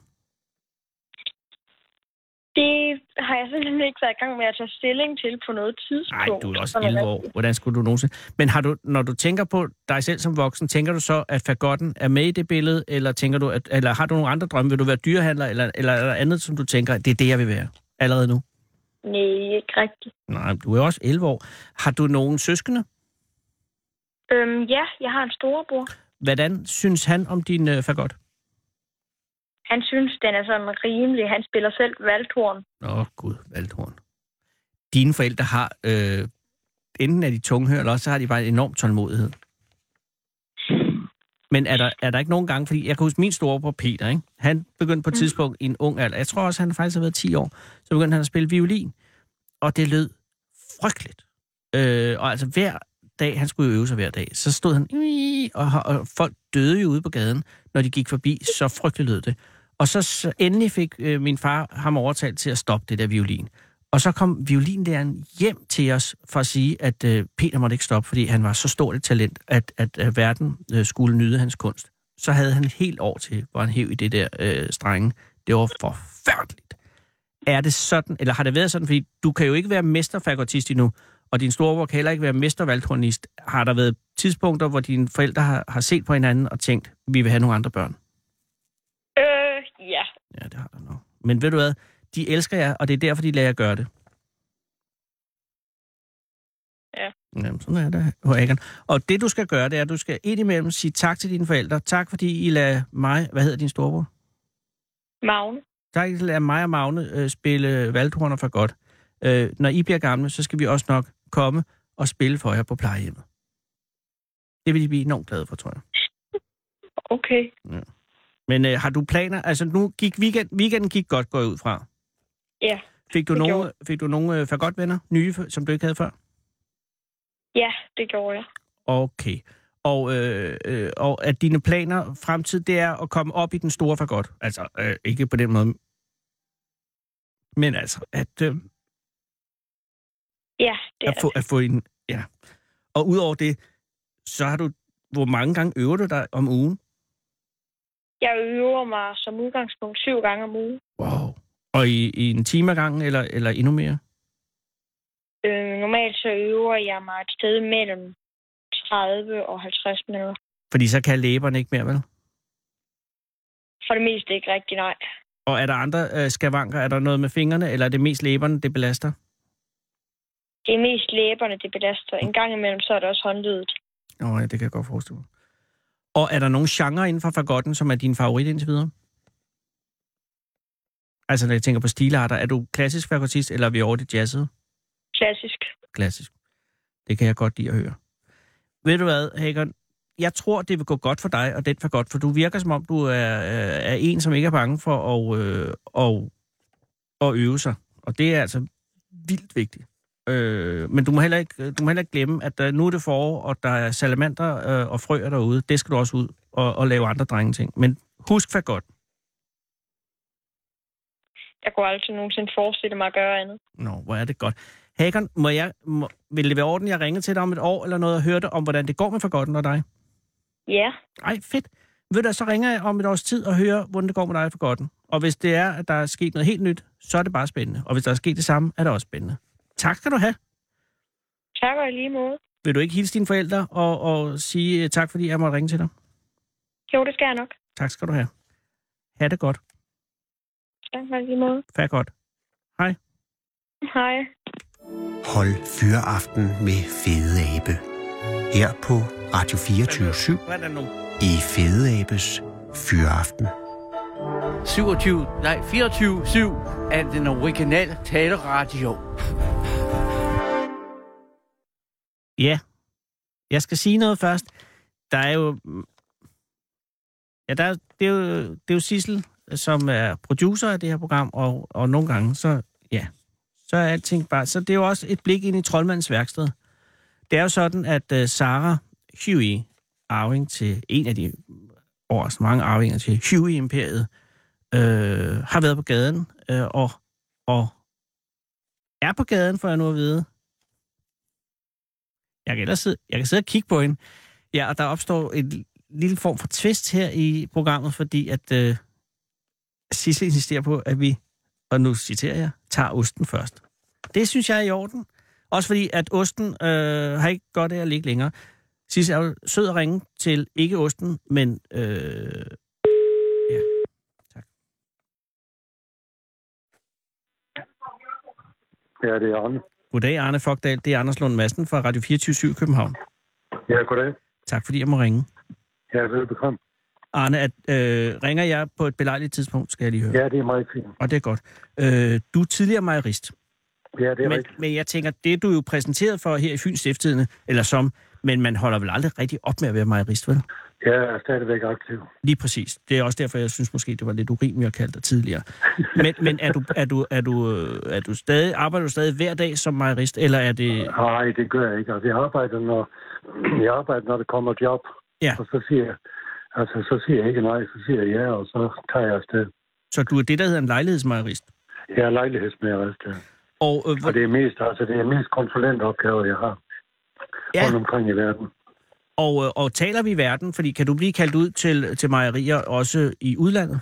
H: Det har jeg simpelthen ikke været i gang med at tage stilling til på noget
E: Nej,
H: tidspunkt.
E: du er også
H: Sådan
E: 11
H: rigtigt.
E: år. Hvordan skulle du nogensinde... Men har du, når du tænker på dig selv som voksen, tænker du så, at fagotten er med i det billede, eller, tænker du, at, eller har du nogle andre drømme? Vil du være dyrehandler, eller, eller, eller andet, som du tænker, det er det, jeg vil være allerede nu?
H: Nej, ikke rigtigt.
E: Nej, du er også 11 år. Har du nogen søskende?
H: Øhm, ja, jeg har en storebror.
E: Hvordan synes han om din øh, fagot?
H: Han synes, den er sådan rimelig. Han spiller selv valgtorn.
E: Nå, gud, Valdhorn. Dine forældre har, øh, enten er de tunghør, eller også har de bare en enorm tålmodighed. Men er der, er der ikke nogen gange, fordi jeg kan huske min store på Peter, ikke? han begyndte på et tidspunkt i en ung alder, jeg tror også, han faktisk har været 10 år, så begyndte han at spille violin, og det lød frygteligt. Øh, og altså hver dag, han skulle jo øve sig hver dag, så stod han, "Ii", og, og folk døde jo ude på gaden, når de gik forbi, så frygteligt lød det. Og så, så endelig fik øh, min far ham overtalt til at stoppe det der violin. Og så kom violinlæreren hjem til os for at sige, at øh, Peter måtte ikke stoppe, fordi han var så stort et talent, at, at øh, verden øh, skulle nyde hans kunst. Så havde han et helt år til, hvor han hæv i det der øh, strenge. Det var forfærdeligt. Er det sådan, eller har det været sådan, fordi du kan jo ikke være mesterfagotist endnu, og din storebror kan heller ikke være mestervalgtornist. Har der været tidspunkter, hvor dine forældre har, har set på hinanden og tænkt, vi vil have nogle andre børn?
H: Øh, ja.
E: Ja, det har der nok. Men ved du hvad? De elsker jer, og det er derfor, de lader jer gøre det.
H: Ja.
E: Jamen, sådan er det, Håkan. Og det, du skal gøre, det er, at du skal indimellem sige tak til dine forældre. Tak, fordi I lader mig... Hvad hedder din storebror?
H: Magne.
E: Tak, I lader mig og Magne øh, spille valgtorner for godt. Øh, når I bliver gamle, så skal vi også nok komme og spille for jer på plejehjemmet. Det vil de blive enormt glade for, tror jeg.
H: Okay.
E: Men øh, har du planer? Altså, nu gik weekend, weekenden gik godt, går jeg ud fra.
H: Ja,
E: Fik du
H: det
E: nogle,
H: gjorde
E: fik du nogle øh, fagotvenner, nye, f- som du ikke havde før?
H: Ja, det gjorde jeg.
E: Okay. Og, øh, øh, og at dine planer fremtid, det er at komme op i den store fagot. Altså, øh, ikke på den måde. Men altså, at, øh,
H: Ja, det
E: at,
H: er
E: få, at få en... Ja. Og udover det, så har du... Hvor mange gange øver du dig om ugen?
H: Jeg øver mig som udgangspunkt syv gange om ugen.
E: Wow. Og i, i en time ad gangen, eller, eller endnu mere?
H: Øh, normalt så øver jeg mig et sted mellem 30 og 50 minutter.
E: Fordi så kan læberne ikke mere, vel?
H: For det meste ikke rigtig, nej.
E: Og er der andre øh, skavanker? Er der noget med fingrene, eller er det mest læberne, det belaster?
H: Det er mest læberne, det belaster. En gang imellem, så er det også håndledet.
E: Åh, oh, ja, det kan jeg godt forestille mig. Og er der nogle genre inden for fagotten, som er din favorit indtil videre? Altså, når jeg tænker på stilarter, er du klassisk fagotist, eller er vi over det jazzede?
H: Klassisk.
E: Klassisk. Det kan jeg godt lide at høre. Ved du hvad, Hagen? Jeg tror, det vil gå godt for dig, og den for godt, for du virker som om, du er, øh, er en, som ikke er bange for at, øh, og, at øve sig. Og det er altså vildt vigtigt. Øh, men du må, heller ikke, du må heller ikke glemme, at der, nu er det forår, og der er salamander øh, og frøer derude. Det skal du også ud og, og lave andre drengeting. Men husk for godt.
H: Jeg kunne aldrig nogensinde forestille mig at gøre andet.
E: Nå, hvor er det godt. Hagen, må jeg, må, vil det være orden, jeg ringer til dig om et år eller noget, og hører dig om, hvordan det går med fagotten og dig?
H: Ja,
E: Ej, fedt. Ved du, hvad, så ringer jeg om et års tid og hører, hvordan det går med dig for godt. Og hvis det er, at der er sket noget helt nyt, så er det bare spændende. Og hvis der er sket det samme, er det også spændende. Tak skal du have.
H: tak og i lige måde.
E: Vil du ikke hilse dine forældre og, og sige øh, tak, fordi jeg måtte ringe til dig?
H: Jo, det skal jeg nok.
E: Tak skal du have. Ha' det godt.
H: Tak og i lige måde.
E: Fær godt.
H: Hej.
C: Hold fyreaften med Fede Abe. Her på Radio 24
E: Hvad er nu?
C: i Fede Abes Fyreaften.
J: 27, nej 24-7 af den originale taleradio.
E: Ja. Jeg skal sige noget først. Der er jo... mm, Ja, der, er- det, er jo, det er jo Sissel, som er producer af det her program, og, og nogle gange, så ja, så er alting bare... Så det er jo også et blik ind i troldmandens værksted. Det er jo sådan, at uh, Sarah Huey, arving til en af de års mange arvinger til Huey-imperiet, øh, har været på gaden, øh, og, og er på gaden, får jeg nu at vide. Jeg kan, ellers sidde, jeg kan sidde og kigge på hende. Ja, og der opstår en lille form for twist her i programmet, fordi at øh, Sisse insisterer på, at vi, og nu citerer jeg, tager osten først. Det synes jeg er i orden. Også fordi, at osten øh, har ikke godt af at ligge længere. Sisse er jo sød at ringe til ikke osten, men... Øh, ja, tak.
K: Ja, det er Arne.
E: Goddag, Arne Fogdal. Det er Anders Lund Madsen fra Radio 24 København.
K: Ja, goddag.
E: Tak fordi jeg må ringe.
K: Ja, velbekomme.
E: Arne, at, øh, ringer jeg på et belejligt tidspunkt, skal jeg lige høre.
K: Ja, det er meget fint.
E: Og det er godt. Øh, du er tidligere mejerist.
K: Ja, det er
E: Men,
K: rigtigt.
E: men jeg tænker, det er du jo præsenteret for her i Fyns Stiftstidende, eller som, men man holder vel aldrig rigtig op med at være mejerist, vel?
K: Jeg er stadigvæk aktiv.
E: Lige præcis. Det er også derfor, jeg synes måske, det var lidt urimeligt at kalde dig tidligere. Men, men er, du, er, du, er, du, øh, er du stadig, arbejder du stadig hver dag som mejerist, eller er det...
K: Nej, det gør jeg ikke. Altså, jeg arbejder, når, jeg arbejder, når der kommer job.
E: Ja.
K: Og så siger jeg, altså, så siger jeg ikke nej, så siger jeg ja, og så tager jeg afsted.
E: Så du er det, der hedder en lejlighedsmejerist?
K: Jeg er lejlighedsmærer afsted.
E: Og, øh, hvor,
K: Og det er mest, altså, det er mest konsulentopgaver, jeg har
E: Ja.
K: rundt omkring i verden.
E: og, øh, og taler vi i verden? Fordi kan du blive kaldt ud til, til mejerier også i udlandet?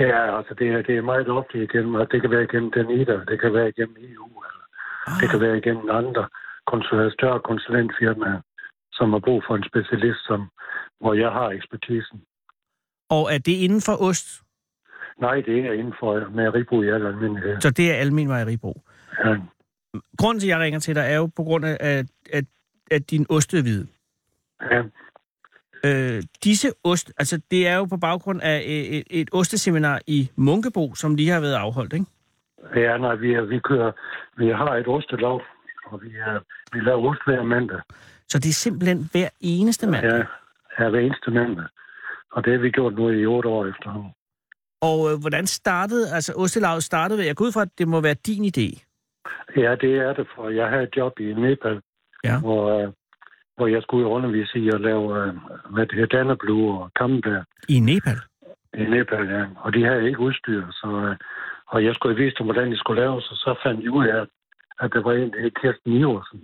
K: Ja, altså, det er, det er meget ofte igennem, og det kan være igennem den IDA, det kan være igennem EU, eller ah. det kan være igennem andre konsul- større konsulentfirmaer, som har brug for en specialist, som, hvor jeg har ekspertisen.
E: Og er det inden for ost?
K: Nej, det er inden for mejeribrug i al almindelighed.
E: Så det er almen mejeribrug.
K: Ja.
E: Grunden til, at jeg ringer til dig, er jo på grund af, at, at, at din osteviden.
K: Ja.
E: Øh, disse ost, altså det er jo på baggrund af øh, et, et osteseminar i Munkebo, som lige har været afholdt, ikke?
K: ja, nej, vi, er, vi kører, vi har et ostelov, og vi, er, vi laver ost hver mandag.
E: Så det er simpelthen hver eneste mand.
K: Ja, ja, hver eneste mandag. Og det har vi gjort nu i otte år efterhånden.
E: Og øh, hvordan startede, altså ostelaget startede ved, jeg går ud fra, at det må være din idé.
K: Ja, det er det, for jeg havde et job i Nepal,
E: Ja.
K: hvor, øh, hvor jeg skulle undervise i at lave, øh, hvad det hedder, Danneblue og Kampenberg
E: I Nepal?
K: i Nepal, ja. Og de havde ikke udstyr, så, øh, og jeg skulle vise dem, hvordan de skulle laves, og så fandt jeg ud af, at der var en, der hed Kirsten Iversen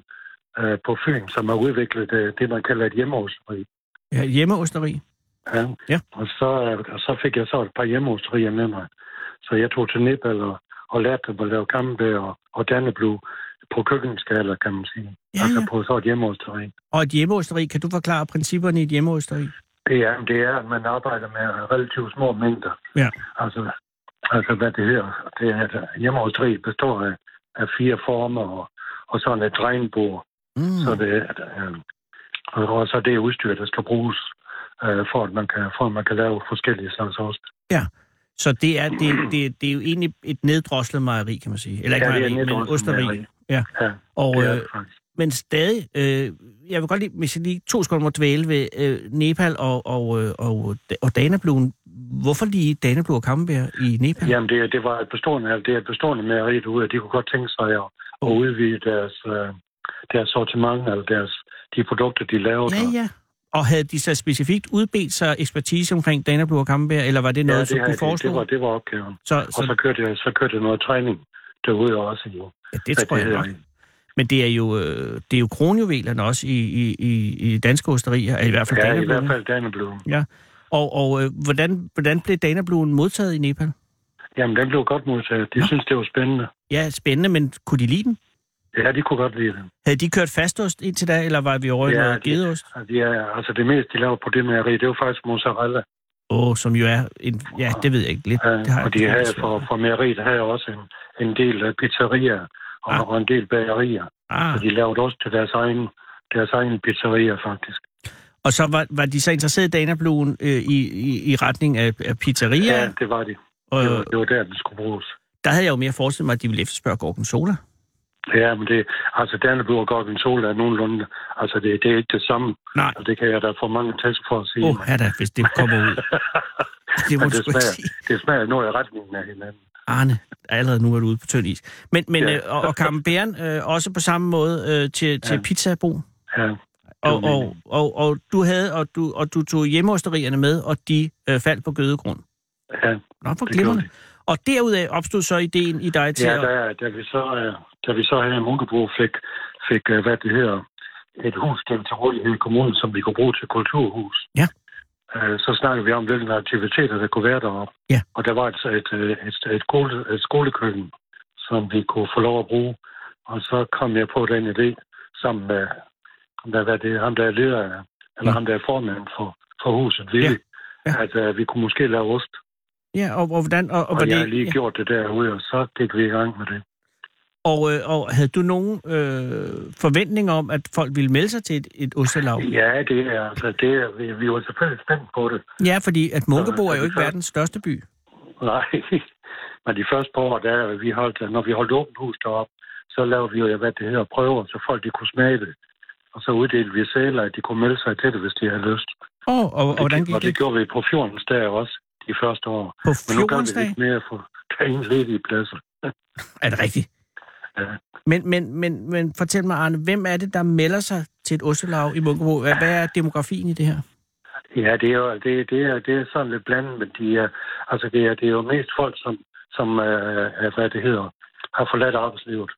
K: øh, på Fyn, som har udviklet øh, det, man kalder et hjemmeosteri.
E: Ja, hjemmeosteri.
K: Ja.
E: Ja.
K: Og så, øh, og så fik jeg så et par hjemmeosterier med mig. Så jeg tog til Nepal og, og lærte dem at lave Kampenberg og, og Danneblue på køkkenskaler, kan man sige.
E: Ja,
K: Altså
E: ja.
K: på så et hjemmeosteri.
E: Og et hjemmeosteri, kan du forklare principperne i et hjemmeosteri?
K: Det er, det er, at man arbejder med relativt små mængder.
E: Ja.
K: Altså, altså hvad det hedder. Det er, at hjemmeosteri består af, af fire former og, og sådan et regnbord. Mm. Så det er, øh, og og så det udstyr, der skal bruges, øh, for, at man kan, for at man kan lave forskellige slags ost.
E: Så det er, det, det, det er jo egentlig et neddroslet mejeri, kan man sige. Eller ikke
K: Ja, det er
E: mejeri, men
K: et neddroslet
E: osteri.
K: mejeri.
E: Ja.
K: Ja,
E: Og,
K: det er
E: øh,
K: det faktisk.
E: men stadig, øh, jeg vil godt lige, hvis jeg lige to sekunder må dvæle ved øh, Nepal og, og, øh, og, og Danabloen. Hvorfor lige Danablu og Kampenbjerg i Nepal?
K: Jamen, det, er- det var et bestående, altså, det er et bestående mejeri derude, og de kunne godt tænke sig at, at udvide deres, øh, deres sortiment, eller deres, de produkter, de laver.
E: ja, ja. Og havde de så specifikt udbedt sig ekspertise omkring Danablu og Kampenbjerg, eller var det noget, som
K: her,
E: du
K: det, det, var,
E: foreslog?
K: det var opgaven.
E: Så,
K: Og så
E: så
K: kørte jeg, så kørte jeg noget træning derude også. Jo.
E: ja, det
K: Hvad
E: tror jeg
K: hedder
E: nok. Men det er jo, øh, det er jo kronjuvelerne også i, i, i, i danske osterier, i hvert fald
K: Ja, i
E: Danablu.
K: hvert fald Danneblom.
E: Ja. Og, og øh, hvordan, hvordan blev Danabluen modtaget i Nepal?
K: Jamen, den blev godt modtaget. De synes det var spændende.
E: Ja, spændende, men kunne de lide den?
K: Ja, de kunne godt lide den.
E: Havde de kørt fastost indtil da, eller var vi over i
K: Ja,
E: noget
K: det-
E: gedeost?
K: Altså, ja, altså det meste, de laver på det mejeri, det var faktisk mozzarella.
E: Åh, oh, som jo er en... Ja, det ved jeg ikke lidt.
K: Ja,
E: har jeg
K: og de
E: ikke
K: havde
E: svært
K: for,
E: ved.
K: for mejeriet havde også en, en del øh, pizzerier og,
E: Ah.
K: og en del bagerier.
E: Ah,
K: Og de lavede også til deres egen, deres egen pizzerier, faktisk.
E: og så var, var de så interesseret i Danabluen øh, i, i, i retning af, af pizzerier,
K: ja det var de. Det var,
E: og
K: det var der, den skulle bruges.
E: der havde jeg jo mere forestillet mig, at de ville efterspørge gorgonzola.
K: Ja, men det, altså Dannebrog og Gorgonzola er nogenlunde, altså det, det er ikke det samme,
E: Nej,
K: og det kan jeg da få mange tæsk for at sige.
E: åh, oh, da, hvis det kommer ud. Det må
K: Men
E: du
K: det
E: sgu ikke
K: smager,
E: sige.
K: det smager noget i retningen af hinanden.
E: Arne, allerede nu er du ude på tynd is. Men, men
K: Ja.
E: øh, og, og Camembert, øh, også på samme måde øh, til, til
K: Ja.
E: pizzabrug.
K: Ja,
E: Og,
K: Det var
E: og, og, og, du havde, og du, og du tog hjemmeosterierne med, og de øh, faldt på gødegrund.
K: ja,
E: Nå, for
K: Det gjorde
E: glimrende. Og derudaf opstod så ideen i dig til
K: Ja,
E: at...
K: da, da, vi så, øh, da vi så her i Munkebro fik, fik øh, hvad det hedder, et hus stillet til rådighed i kommunen, som vi kunne bruge til kulturhus.
E: Ja.
K: Øh, Så snakkede vi om, hvilke aktiviteter der kunne være deroppe.
E: Ja.
K: Og der var et, et, øh, et, et, skole, et skolekøkken, som vi kunne få lov at bruge. Og så kom jeg på den idé sammen med ham, der, hvad det, er, ham, der er leder, af- eller
E: Ja.
K: ham, der er formand for, for huset, Willy,
E: Ja.
K: at øh, vi kunne måske lave ost.
E: Ja, og, og hvordan... Og,
K: Og, og
E: hvordan,
K: jeg har lige
E: ja.
K: gjort det derude, og så gik vi i gang med det.
E: Og, øh, og havde du nogen øh, forventning om, at folk ville melde sig til et, et ostelag?
K: Ja, det er, altså, det er, vi, vi var selvfølgelig spændt på det.
E: Ja, fordi at Munkebo
K: så
E: er jo
K: vi
E: ikke
K: så-
E: verdens største by.
K: Nej, men de første par år, der, vi holdt, når vi holdt åbent hus deroppe, så lavede vi jo, hvad det hedder, prøver, så folk de kunne smage det. Og så uddelte vi sæler, at de kunne melde sig til det, hvis de havde lyst.
E: Åh, oh, og, og hvordan gik
K: og det
E: det?
K: gjorde vi på 14. dag også, de første år.
E: På
K: Men nu gør vi
E: fjordensdag?
K: lidt mere, for der er ingen ledige pladser.
E: Er det rigtigt?
K: Ja.
E: Men, men, men, men fortæl mig, Arne, hvem er det, der melder sig til et ostelag i Munkebo? Hvad, hvad er demografien i det her?
K: Ja, det er, jo- det, det, er, det er sådan lidt blandet, men de er, altså det, er, det er jo mest folk, som, som øh, er, hvad det hedder, har forladt arbejdslivet.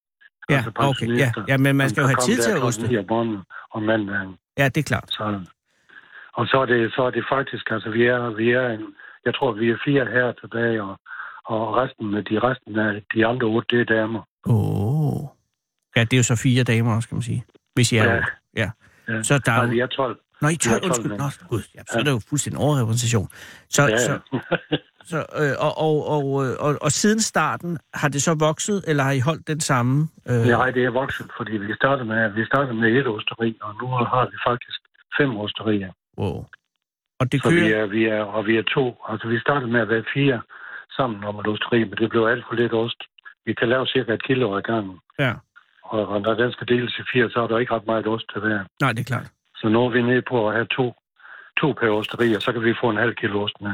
E: Ja,
K: altså
E: okay. Ja,
K: pensionister,
E: ja, men man
K: som
E: skal jo
K: kan
E: have
K: komme
E: tid
K: der
E: til at
K: klokken
E: oste.
K: ni om morgenen om mandagen.
E: Ja, det er klart.
K: Så, og så er, det, så er det faktisk, altså vi er, vi er en, jeg tror, vi er fire her tilbage, og, og resten, af de resten af de andre otte, det er damer.
E: Åh. Oh. Ja, det er jo så fire damer også, kan man sige. Hvis jeg er
K: Ja.
E: ja. ja.
K: Ja.
E: Så der er
K: Nej,
E: jo-
K: vi er 12.
E: Nå, i
K: Vi er
E: 12, undskyld.
K: tolv
E: Nå,
K: mænd.
E: gud, ja, så er der jo fuldstændig overrepræsentation. Så,
K: Ja,
E: ja.
K: ja.
E: så, så øh, og, og, og, øh, og, og siden starten, har det så vokset, eller har I holdt den samme? Øh,
K: Nej, det er vokset, fordi vi startede med, vi startede med et osteri, og nu har vi faktisk fem osterier.
E: Wow. Og det
K: Så vi
E: kører...
K: er, vi er, og vi er to. Altså, vi startede med at være fire sammen om et osteri, men det blev alt for lidt ost. Vi kan lave cirka et kilo ad gangen.
E: Ja.
K: Og, og når den skal deles i fire, så er der ikke ret meget ost til hver.
E: Nej, det er klart.
K: Så nu er vi nede på at have to, to per osteri, og så kan vi få en halv kilo ost med.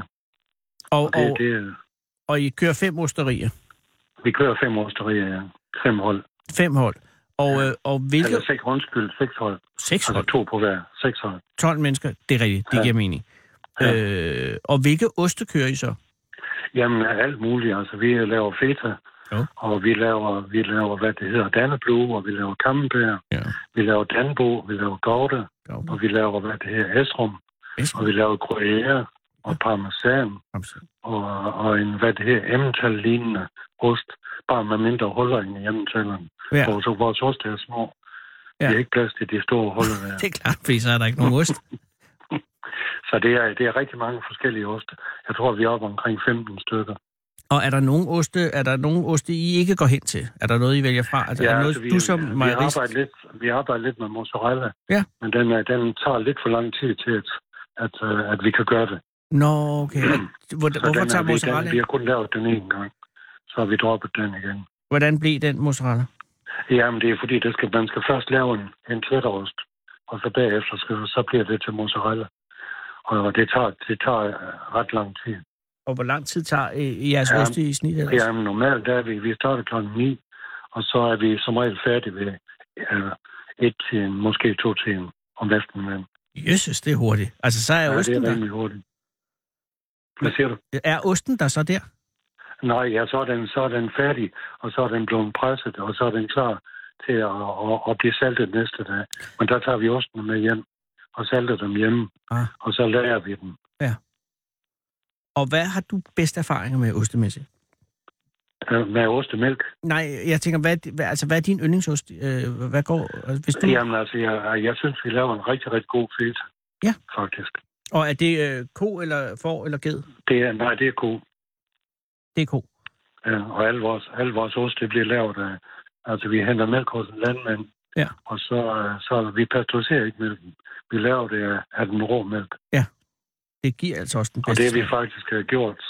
E: Og,
K: Det,
E: og,
K: det, er-
E: og I kører fem osterier.
K: vi kører fem osterier, ja. Fem hold.
E: Fem hold. Og, øh, og hvilke...
K: Eller seks, undskyld, seks hold.
E: Seks
K: Altså
E: hold.
K: to på hver. Seks hold.
E: 12 mennesker. Det er rigtigt. Det
K: Ja.
E: giver mening.
K: Ja.
E: Øh, og hvilke oste kører I så?
K: Jamen, alt muligt. Altså, vi laver feta,
E: Jo.
K: og vi laver, vi laver, hvad det hedder, Danneblue, og vi laver Kampenbær,
E: Ja.
K: vi laver Danbo, vi laver Gouda, og vi laver, hvad det hedder, Esrum, og vi laver Gruyere og Parmesan, og, og en, hvad det hedder, emmental-lignende ost, bare med mindre huller end i emmentallerne.
E: Ja.
K: Ja. Så, så vores ost er små. Ja.
E: Ja.
K: Det er ikke plads til de store huller der.
E: Det er klart, fordi så er der ikke nogen ost.
K: Så det er, det er rigtig mange forskellige oste. Jeg tror, vi er oppe omkring 15 stykker.
E: Og er der nogen oste, er der nogen oste, I ikke går hen til? Er der noget, I vælger fra? Altså, ja, er der noget,
K: altså, vi,
E: du som
K: vi,
E: mejerist...
K: arbejder lidt, vi arbejder lidt med mozzarella,
E: Ja.
K: men den, er- den tager lidt for lang tid til, at, at, øh, at vi kan gøre det.
E: Nå, okay. Og Hvor,
K: Så
E: hvorfor
K: den er
E: tager
K: vi- den-
E: mozzarella?
K: Vi har kun lavet den én gang, så har vi droppet den igen.
E: Hvordan blev den mozzarella?
K: Jamen, det er fordi, der skal, man skal først lave en, en tvætterost, og så bagefter skal, så bliver det til mozzarella. Og det tager, det tager øh, ret lang tid.
E: Og hvor lang tid tager øh, jeres
K: Ja,
E: oste i snit ellers?
K: Jamen, normalt der er vi, vi starter kl. 9, og så er vi som regel færdige ved øh, et til en, måske to til en om eftermiddagen.
E: Jøsses, det er hurtigt. Altså, så er, ja,
K: Ja, det
E: osten
K: er
E: der.
K: rimelig hurtigt. Hvad siger du?
E: er osten der så der?
K: Nej, ja, så er, den, så er den færdig, og så er den blevet presset, og så er den klar til at, at, at blive saltet næste dag. Men der tager vi osten med hjem og salter dem hjemme,
E: Ah.
K: og så lager vi dem.
E: Og hvad har du bedst erfaringer med ostemæssigt?
K: øh, Med ostemælk.
E: Nej, jeg tænker, hvad, hvad, altså, hvad er din yndlingsost? Øh, hvad går... altså, Hvis du,
K: Jamen altså, jeg, jeg synes, vi laver en rigtig, rigtig god feta.
E: Ja.
K: Faktisk.
E: Og er det øh, ko, eller får, eller ged?
K: Det er, nej, det er god.
E: Det er ko.
K: Ja, og al vores, al vores ost, det bliver lavet af... Altså, vi henter mælk hos en landmand,
E: Ja.
K: og så, øh, så vi pasteuriserer ikke mælken. Vi laver det af, af den rå mælk.
E: Det giver altså også den
K: Og
E: bedste.
K: det har vi
E: smag.
K: faktisk øh, gjort.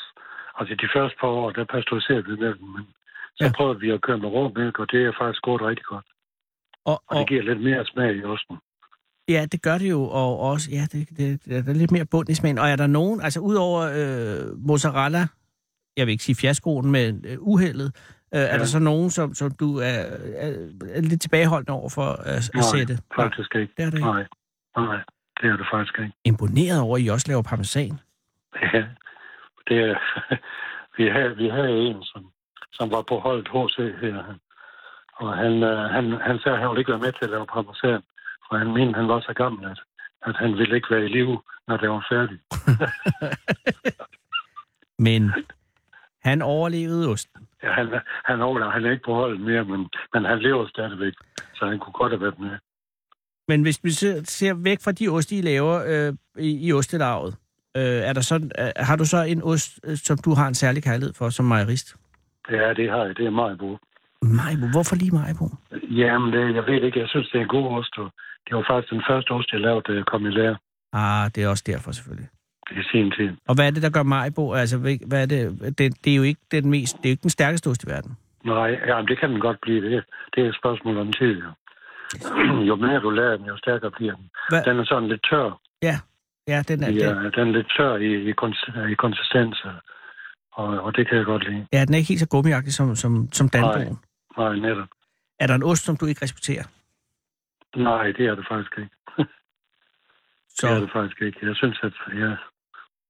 K: Altså, de første par år, der pasteuriserede vi mælken, men så
E: Ja.
K: ja. prøvede vi at køre med rå mælk, og det er faktisk gået rigtig godt.
E: og,
K: Og, og det giver lidt mere smag i osten.
E: Ja, det gør det jo, og også, ja, det, det, det, der er lidt mere bund i smagen. Og er der nogen, altså udover øh, mozzarella, jeg vil ikke sige fiaskoen, men øh, uheldet, øh, er
K: Ja.
E: der så nogen, som, som du er, er, er lidt tilbageholdende over for at, at sætte?
K: faktisk ikke.
E: Det er det ikke.
K: Nej, nej, det er det faktisk ikke.
E: Imponeret over, at I også laver parmesan.
K: Ja, det er... vi havde, vi havde en, som, som var på holdet HC her. Og han, øh, han, han sagde, at han ville ikke være med til at lave Parmesan, for han mente, han var så gammel, at, at han ville ikke være i live, når det var færdigt.
E: Men han overlevede osten.
K: Ja, han, han, overlever, han er ikke på holdet mere, men, men han lever stadigvæk, så han kunne godt have været med.
E: Men hvis vi ser, ser væk fra de oste, I laver øh, i, i ostelarvet, øh, er der så, er, har du så en ost, øh, som du har en særlig kærlighed for som mejerist?
K: Ja, det har jeg. Det er meget god.
E: Majbo, hvorfor lige Majbo?
K: Jamen, det, jeg ved ikke. Jeg synes, det er en god ost. og Det var faktisk den første ost, jeg lavede, da jeg kom i lære
E: Ah, det er også derfor selvfølgelig.
K: i sin tid.
E: Og hvad er det, der gør Majbo? Altså, hvil- hvad er det? Det, det er jo ikke den mest, det er jo ikke den stærkeste ost i verden.
K: Nej, jamen, det kan den godt blive. Det, det er et spørgsmål om tid, jo. jo mere du lærer den, jo stærkere bliver den.
E: Hvad?
K: Den er sådan lidt tør.
E: Ja, ja, den er,
K: Ja,
E: Den,
K: den er lidt tør i, i, kons- i konsistens, og, og det kan jeg godt lide.
E: ja, den er ikke helt så gummiagtig som, som, som Danboen.
K: Nej, netop.
E: Er der en ost, som du ikke respekterer?
K: Nej, det er det faktisk ikke.
E: Så,
K: Det er det faktisk ikke. Jeg synes, at jeg,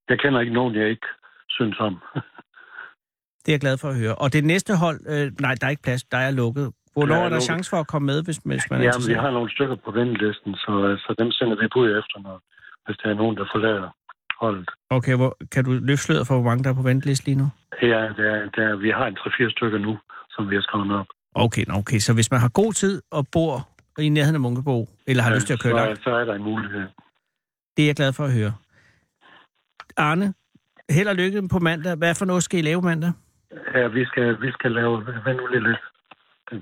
K: jeg kender ikke nogen, jeg ikke synes om.
E: Det er jeg glad for at høre. Og det næste hold, øh, nej, der er ikke plads, der er lukket. Hvornår
K: Der
E: er,
K: er
E: der
K: lukket.
E: chance for at komme med, hvis, hvis man er
K: Jamen, vi
E: interesseret?
K: har nogle stykker på ventelisten, så, øh, så dem sender vi bud efter, når, hvis der er nogen, der forlader holdet.
E: Okay, hvor, kan du løfte sløret for, hvor mange der er på venteliste lige nu?
K: Ja, der, der, vi har en 3-4 stykker nu, som vi har skrevet op.
E: Okay, nå, okay, så hvis man har god tid og bor i nærheden af Munkebo, eller har ja, lyst til at køre langt,
K: så, så er der en mulighed.
E: det er jeg glad for at høre. Arne, held og lykke på mandag. Hvad for noget skal I lave mandag?
K: Ja, vi skal, vi skal lave... Vent nu lige lidt.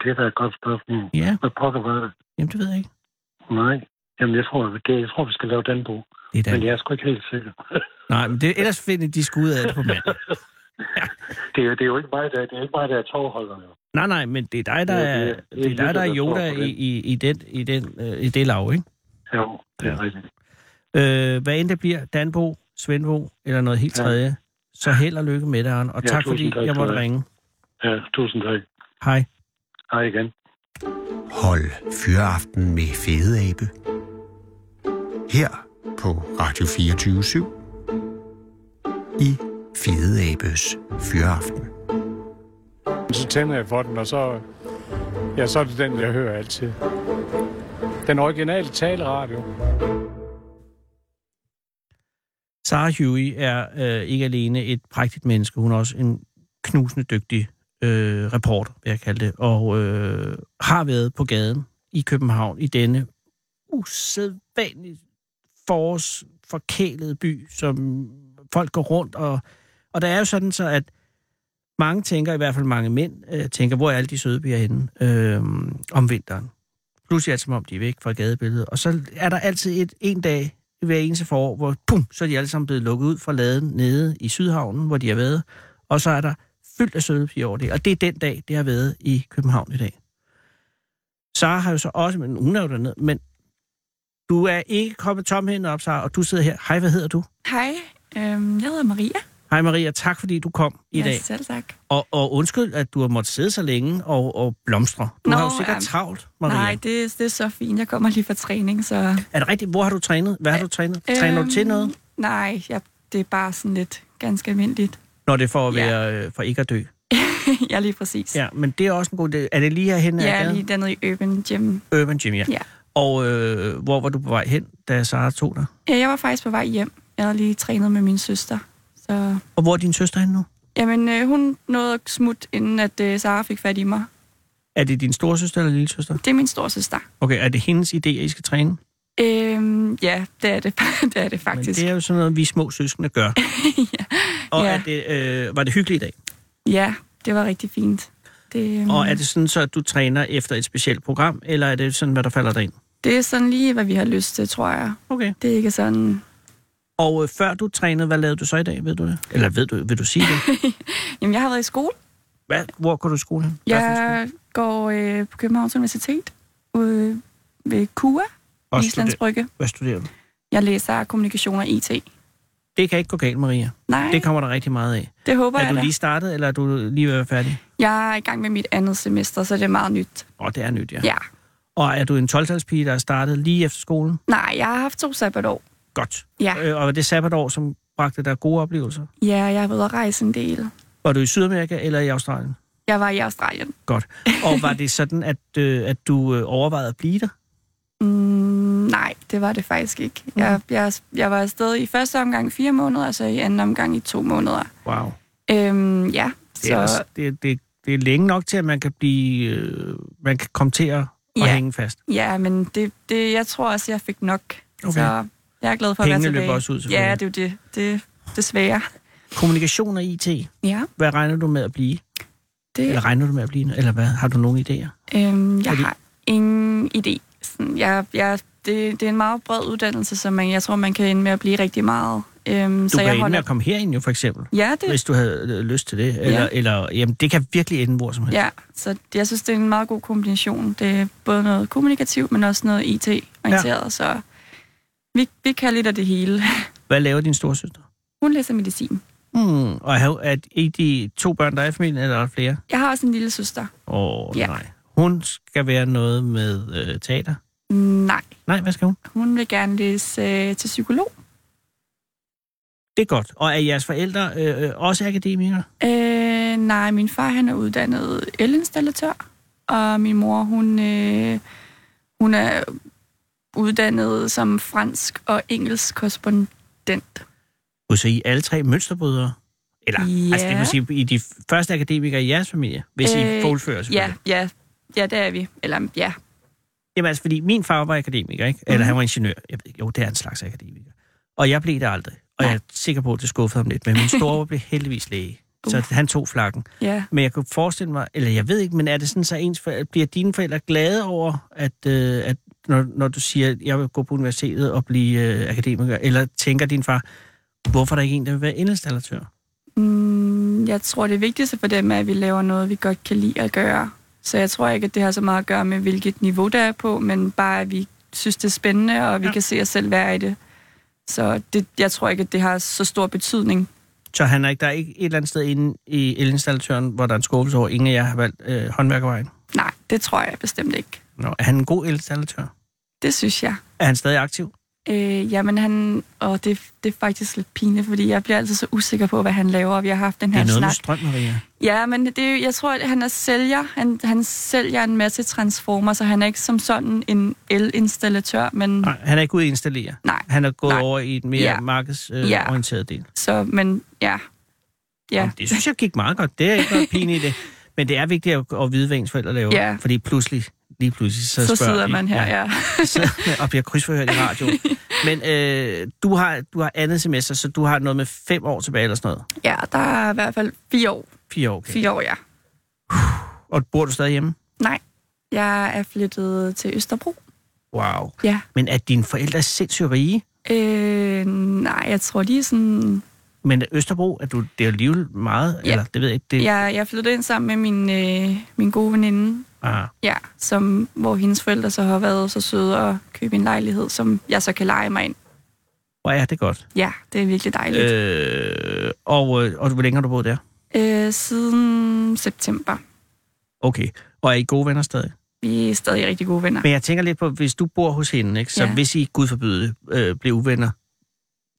K: Det er da et godt spørgsmål.
E: Ja,
K: Hvad pokker var det?
E: jamen det ved jeg ikke.
K: Nej. Jamen, jeg tror, det, jeg tror vi skal lave Danbo.
E: Det er
K: Men
E: da.
K: jeg er sgu ikke helt sikker.
E: Nej, men det, ellers finder de skud af det på mandag.
K: Det, er- det er jo ikke mig, der, det er ikke mig, der er tovholder. Jo.
E: Nej, nej, men det er dig, der
K: Ja,
E: er,
K: det er-
E: det
K: det er
E: er, dig,
K: Jytte,
E: der er
K: der står
E: Yoda
K: for
E: i,
K: det.
E: i, i, den, i, den, øh, i det lav, ikke?
K: Jo, det er rigtigt.
E: Øh, hvad end det bliver, Danbo, Svendbo eller noget helt
K: Ja.
E: tredje, så held og lykke med det, Arne. Og
K: Ja,
E: tak,
K: tusind
E: fordi
K: tak
E: jeg
K: for
E: måtte
K: det.
E: ringe.
K: Ja, tusind tak.
E: Hej.
K: Hej igen.
C: Hold Fyreaften med Fede Abe. Her på Radio 24 I Fede Abes Fyreaften.
G: Så tænder jeg for den, og så, ja, så er det den, jeg hører altid. Den originale taleradio.
E: Sarah Huey er øh, ikke alene et prægtigt menneske, hun er også en knusende dygtig øh, reporter, vil jeg kalde det, og øh, har været på gaden i København i denne usædvanligt forårs forkælede by, som folk går rundt, og, og der er jo sådan så, at mange tænker, i hvert fald mange mænd, øh, tænker, hvor er alle de søde piger henne øh, om vinteren? Pludselig er det som om, de er væk fra gadebilledet, og så er der altid et, en dag i hver eneste forår, hvor pum, så er de alle sammen blevet lukket ud fra laden nede i Sydhavnen, hvor de har været, og så er der fyldt af søde piger over det, og det er den dag, det har været i København i dag. Sara har jo så også, men hun er jo dernede, men du er ikke kommet tomhændet op, Sara, og du sidder her. Hej, hvad hedder du?
I: Hej, øhm, jeg hedder Maria.
E: Hej Maria, tak fordi du kom i
I: ja,
E: dag.
I: selv tak.
E: Og, og undskyld, at du har måttet sidde så længe og, og blomstre. Du
I: Nå,
E: har jo sikkert
I: ja.
E: travlt, Maria.
I: Nej, det, det er så fint. Jeg kommer lige fra træning, så... øhm,
E: Er det rigtigt? Hvor har du trænet? Hvad har du trænet? Træner du til noget?
I: Nej, jeg, det er bare sådan lidt ganske almindeligt.
E: Når det er for at
I: ja.
E: være, øh, for ikke at dø.
I: ja, lige præcis.
E: Ja, men det er også en god idé. Er det lige herhen?
I: jeg er lige dernede i Open Gym.
E: Urban Gym, ja.
I: Ja.
E: Og øh, hvor var du på vej hen, da Sara tog dig?
I: Ja, jeg var faktisk på vej hjem. Jeg havde lige trænet med min søster. Så,
E: Og hvor er din søster henne nu?
I: jamen, øh, hun nåede at smutte, inden at øh, Sara fik fat i mig.
E: Er det din storesøster eller lillesøster?
I: Det er min storsøster.
E: Okay, er det hendes idé, at I skal træne?
I: Øhm, ja, det er det, det, er det
E: Men
I: faktisk.
E: det er jo sådan noget, vi små søskende gør.
I: ja.
E: Og
I: Ja.
E: er det, øh, var det hyggeligt i dag?
I: ja, det var rigtig fint. Det, øhm,
E: Og er det sådan så, at du træner efter et specielt program, eller er det sådan, hvad der falder dig ind?
I: det er sådan lige, hvad vi har lyst til, tror jeg.
E: Okay.
I: Det er ikke sådan...
E: Og øh, før du trænede, hvad lavede du så i dag, ved du det? Eller ved du, vil du sige det?
I: Jamen, jeg har været i skole.
E: Hvad, hvor går du i skole hen? Hvad for en skole?
I: Jeg går øh, på Københavns Universitet ude ved KUA,
E: Og
I: Islands
E: studer,
I: Brygge.
E: hvad studerer du?
I: Jeg læser kommunikation og IT.
E: Det kan ikke gå galt, Maria.
I: Nej,
E: Det
I: det,
E: kommer der rigtig meget af.
I: det håber
E: Er
I: jeg
E: du
I: da.
E: lige startet, eller er du lige ved at være færdig?
I: Jeg er i gang med mit andet semester, så det er meget nyt.
E: Åh, oh, det er nyt, ja.
I: Ja. ja.
E: Og er du en 12-talspige, der er startet lige efter skolen?
I: Nej, jeg har haft to sabbatår.
E: Godt.
I: Ja.
E: Øh, og var det sabbatår, som bragte dig gode oplevelser?
I: Ja, jeg har været at rejse en del.
E: Var du i Sydamerika eller i Australien?
I: Jeg var i Australien.
E: Godt. Og var det sådan, at, øh, at du øh, overvejede at blive der?
I: Mm, nej, det var det faktisk ikke. Mm. Jeg, jeg, jeg var afsted i første omgang fire måneder, og så i anden omgang i to måneder.
E: Wow.
I: Øhm, ja,
E: Det er,
I: så
E: altså, det, det, det er længe nok til, at man kan blive, øh, man kan komme til at,
I: Ja.
E: at hænge fast.
I: ja, men det, det, jeg tror også, jeg fik nok.
E: Okay.
I: Så jeg er glad for at
E: Pengene
I: være
E: løber
I: tilbage.
E: også ud,
I: ja,
E: selvfølgelig.
I: det er jo det. Det desværre.
E: Kommunikation og IT,
I: Ja,
E: hvad regner du med at blive?
I: det,
E: Eller regner du med at blive? nu? Eller hvad? Har du nogen idéer?
I: Øhm, jeg
E: Fordi-
I: har ingen idé. Sådan, jeg, jeg, det, det er en meget bred uddannelse, så man, jeg tror, man kan ende med at blive rigtig meget. Øhm,
E: Du
I: så
E: kan
I: jeg
E: ende med at komme herind jo, for eksempel.
I: Ja, det-
E: Hvis du havde øh, lyst til det. Eller,
I: Ja.
E: eller jamen, det kan virkelig ende hvor som helst.
I: Ja, så jeg synes, det er en meget god kombination. Det er både noget kommunikativt, men også noget IT-orienteret, ja. så vi, vi kan lidt af det hele.
E: Hvad laver din storsøster?
I: Hun læser medicin.
E: Hmm. Og er, er ikke de to børn, der er i familien, eller er der flere?
I: Jeg har også en lille søster.
E: Åh, oh,
I: Ja.
E: ja. nej. Hun skal være noget med øh, teater.
I: Nej,
E: Nej, hvad skal hun?
I: hun vil gerne læse øh, til psykolog.
E: Det er godt. Og er jeres forældre øh, øh, også akademikere?
I: Øh, nej, min far han er uddannet elinstallatør, og min mor hun, øh, hun er uddannet som fransk og engelsk korrespondent.
E: Gud, Så I er alle tre mønsterbrydere? Eller,
I: Ja.
E: altså det vil sige, I er de første akademikere i jeres familie, hvis øh, I fuldfører
I: ja,
E: selvfølgelig.
I: ja, ja, det er vi. Eller ja,
E: Jamen altså, fordi min far var akademiker, ikke?
I: Mhm.
E: Eller han var ingeniør. Jeg ved, ikke, jo, det er en slags akademiker. Og jeg blev det aldrig. Og jeg er sikker på, at det skuffede ham lidt. Men min store blev heldigvis læge. Så han tog flakken.
I: ja.
E: Men jeg kunne forestille mig, eller jeg ved ikke, men er det sådan så ens forældre, bliver dine forældre glade over, at, øh, at når, når du siger, at jeg vil gå på universitetet og blive øh, akademiker, eller tænker din far, hvorfor er der ikke en, der vil være indelstallatør?
I: Mm, jeg tror, det vigtigste for dem er, at vi laver noget, vi godt kan lide at gøre. Så jeg tror ikke, at det har så meget at gøre med, hvilket niveau der er på, men bare, at vi synes, det er spændende, og vi ja. kan se os selv være i det. Så det, jeg tror ikke, at det har så stor betydning.
E: Så han er ikke, der er ikke et eller andet sted inde i elinstallatøren, hvor der er en skuffelse over, at ingen af jer har valgt øh, håndværkervejen?
I: Nej, det tror jeg bestemt ikke.
E: Nå, er han en god elinstallatør?
I: Det synes jeg.
E: Er han stadig aktiv?
I: Øh, jamen han, og det, det er faktisk lidt pinligt, fordi jeg bliver altid så usikker på, hvad han laver, og vi har haft den
E: Det
I: her
E: er noget med
I: snak.
E: strøm, Maria.
I: Ja, men det, er jo- jeg tror, at han er sælger. Han, han sælger en masse transformer, så han er ikke som sådan en elinstallatør, men...
E: Nej, han er ikke ude at installere.
I: Nej.
E: Han er gået
I: Nej.
E: Nej. over i den mere
I: Ja.
E: ja.
I: Ja.
E: markedsorienterede del.
I: Så, men ja. Ja.
E: Jamen, Det synes jeg gik meget godt. Det er ikke noget pin i det. Men det er vigtigt at, at vide, hvad ens forældre laver.
I: Ja.
E: Fordi pludselig, lige pludselig, så,
I: Så
E: spørger
I: sidder
E: de.
I: man her, ja.
E: og bliver krydsforhørt i radioen. Men øh, du, har, du har andet semester, så du har noget med fem år tilbage eller sådan noget.
I: Ja, der er i hvert fald fire år.
E: Fire år, okay.
I: Fire år, ja.
E: Og bor du stadig hjemme?
I: Nej, jeg er flyttet til Østerbro.
E: Wow.
I: Ja.
E: Men er dine forældre sindssygt rige?
I: Øh, nej, jeg tror, de er sådan...
E: Men Østerbro, er du, det er jo alligevel meget,
I: Ja.
E: eller det ved jeg ikke. Det,
I: Jeg, jeg flyttede ind sammen med min, øh, min gode veninde,
E: ah,
I: ja, som, hvor hendes forældre så har været så søde at købe en lejlighed, som jeg så kan lege mig ind.
E: hvor er det godt.
I: Ja, det er virkelig dejligt. Øh.
E: Øh, og, øh, og hvor længe har du boet der?
I: Øh, siden september.
E: Okay. Og er I gode venner stadig?
I: Vi er stadig rigtig gode venner.
E: Men jeg tænker lidt på, hvis du bor hos hende, ikke? så
I: Ja.
E: ja. hvis I, Gud forbyde, det, øh, bliver uvenner,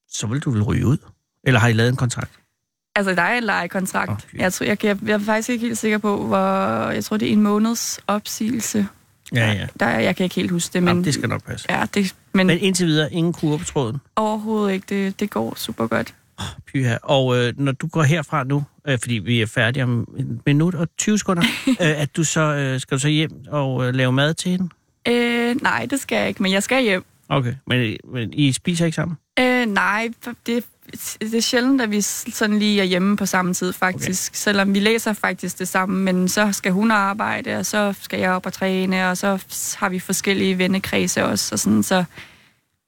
E: så vil du vel ryge ud? Eller har I lavet en kontrakt?
I: Altså, der er en lejekontrakt. Oh, jeg, tror, jeg, kan, jeg, er faktisk ikke helt sikker på, hvor... Jeg tror, det er en måneds opsigelse.
E: Ja, ja.
I: Der, er- jeg kan ikke helt huske det, men...
E: Jamen, det skal nok passe.
I: Ja, det,
E: Men
I: men, men
E: indtil videre, ingen kurve på tråden,
I: overhovedet ikke. Det, det går super godt.
E: pyha. Og øh, når du går herfra nu, øh, fordi vi er færdige om en minut og 20 sekunder, øh, at du så, øh, skal du så hjem og øh, lave mad til hende?
I: Øh, nej, det skal jeg ikke, men jeg skal hjem.
E: Okay, men, men I spiser ikke sammen?
I: Øh, nej, for det, det er sjældent, at vi s- sådan lige er hjemme på samme tid, faktisk. Okay. Selvom vi læser faktisk det samme, men så skal hun arbejde, og så skal jeg op og træne, og så s- har vi forskellige vennekredse også, og sådan, så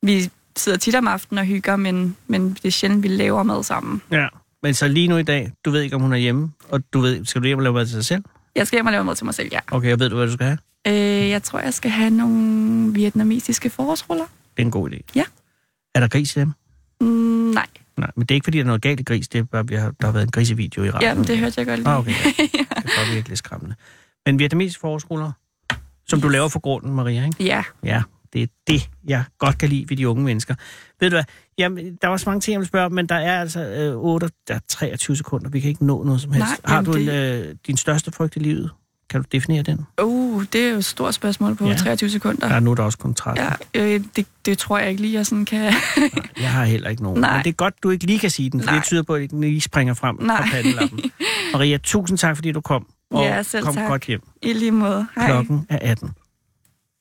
I: vi sidder tit om aftenen og hygger, men, men det er sjældent, vi laver mad sammen.
E: Ja. Men så lige nu i dag, du ved ikke, om hun er hjemme, og du ved, skal du hjem og lave mad til dig selv?
I: Jeg skal hjem og lave mad til mig selv, ja.
E: Okay, og ved du, hvad du skal have?
I: Øh, jeg tror, jeg skal have nogle vietnamesiske forårsruller.
E: Det er en god idé.
I: Ja.
E: Er der gris i dem?
I: Mm, nej,
E: Nej, men det er ikke, fordi der er noget galt i gris. Det er bare, vi har, der har været en grisevideo i radioen.
I: Jamen, det hørte jeg godt lige.
E: Ah, okay, ja. Det var virkelig skræmmende. Men vietnamesiske forårsruller, som du laver for grunden, Maria, ikke?
I: ja.
E: Ja, Det er det, jeg godt kan lide ved de unge mennesker. Ved du hvad? Jamen, der var så mange ting, jeg ville spørge om, men der er altså øh, 8, der er 23 sekunder. Vi kan ikke nå noget som helst.
I: Nej,
E: Har
I: jamen,
E: du en,
I: det-
E: øh, din største frygt i livet? Kan du definere den?
I: Uh, det er jo et stort spørgsmål på
E: Ja.
I: ja. 23 sekunder.
E: Der er nu er der også kun 13.
I: Ja, øh, det, det tror jeg ikke lige, jeg sådan kan...
E: Jeg har heller ikke nogen.
I: Nej.
E: Men det er godt, du ikke lige kan sige den, for
I: Nej.
E: det tyder på, at den lige springer frem fra
I: Nej.
E: pandelappen. Maria, tusind tak, fordi du kom. Og
I: Ja, selv
E: kom
I: tak.
E: godt hjem.
I: I lige måde. Hej.
E: Klokken er 18.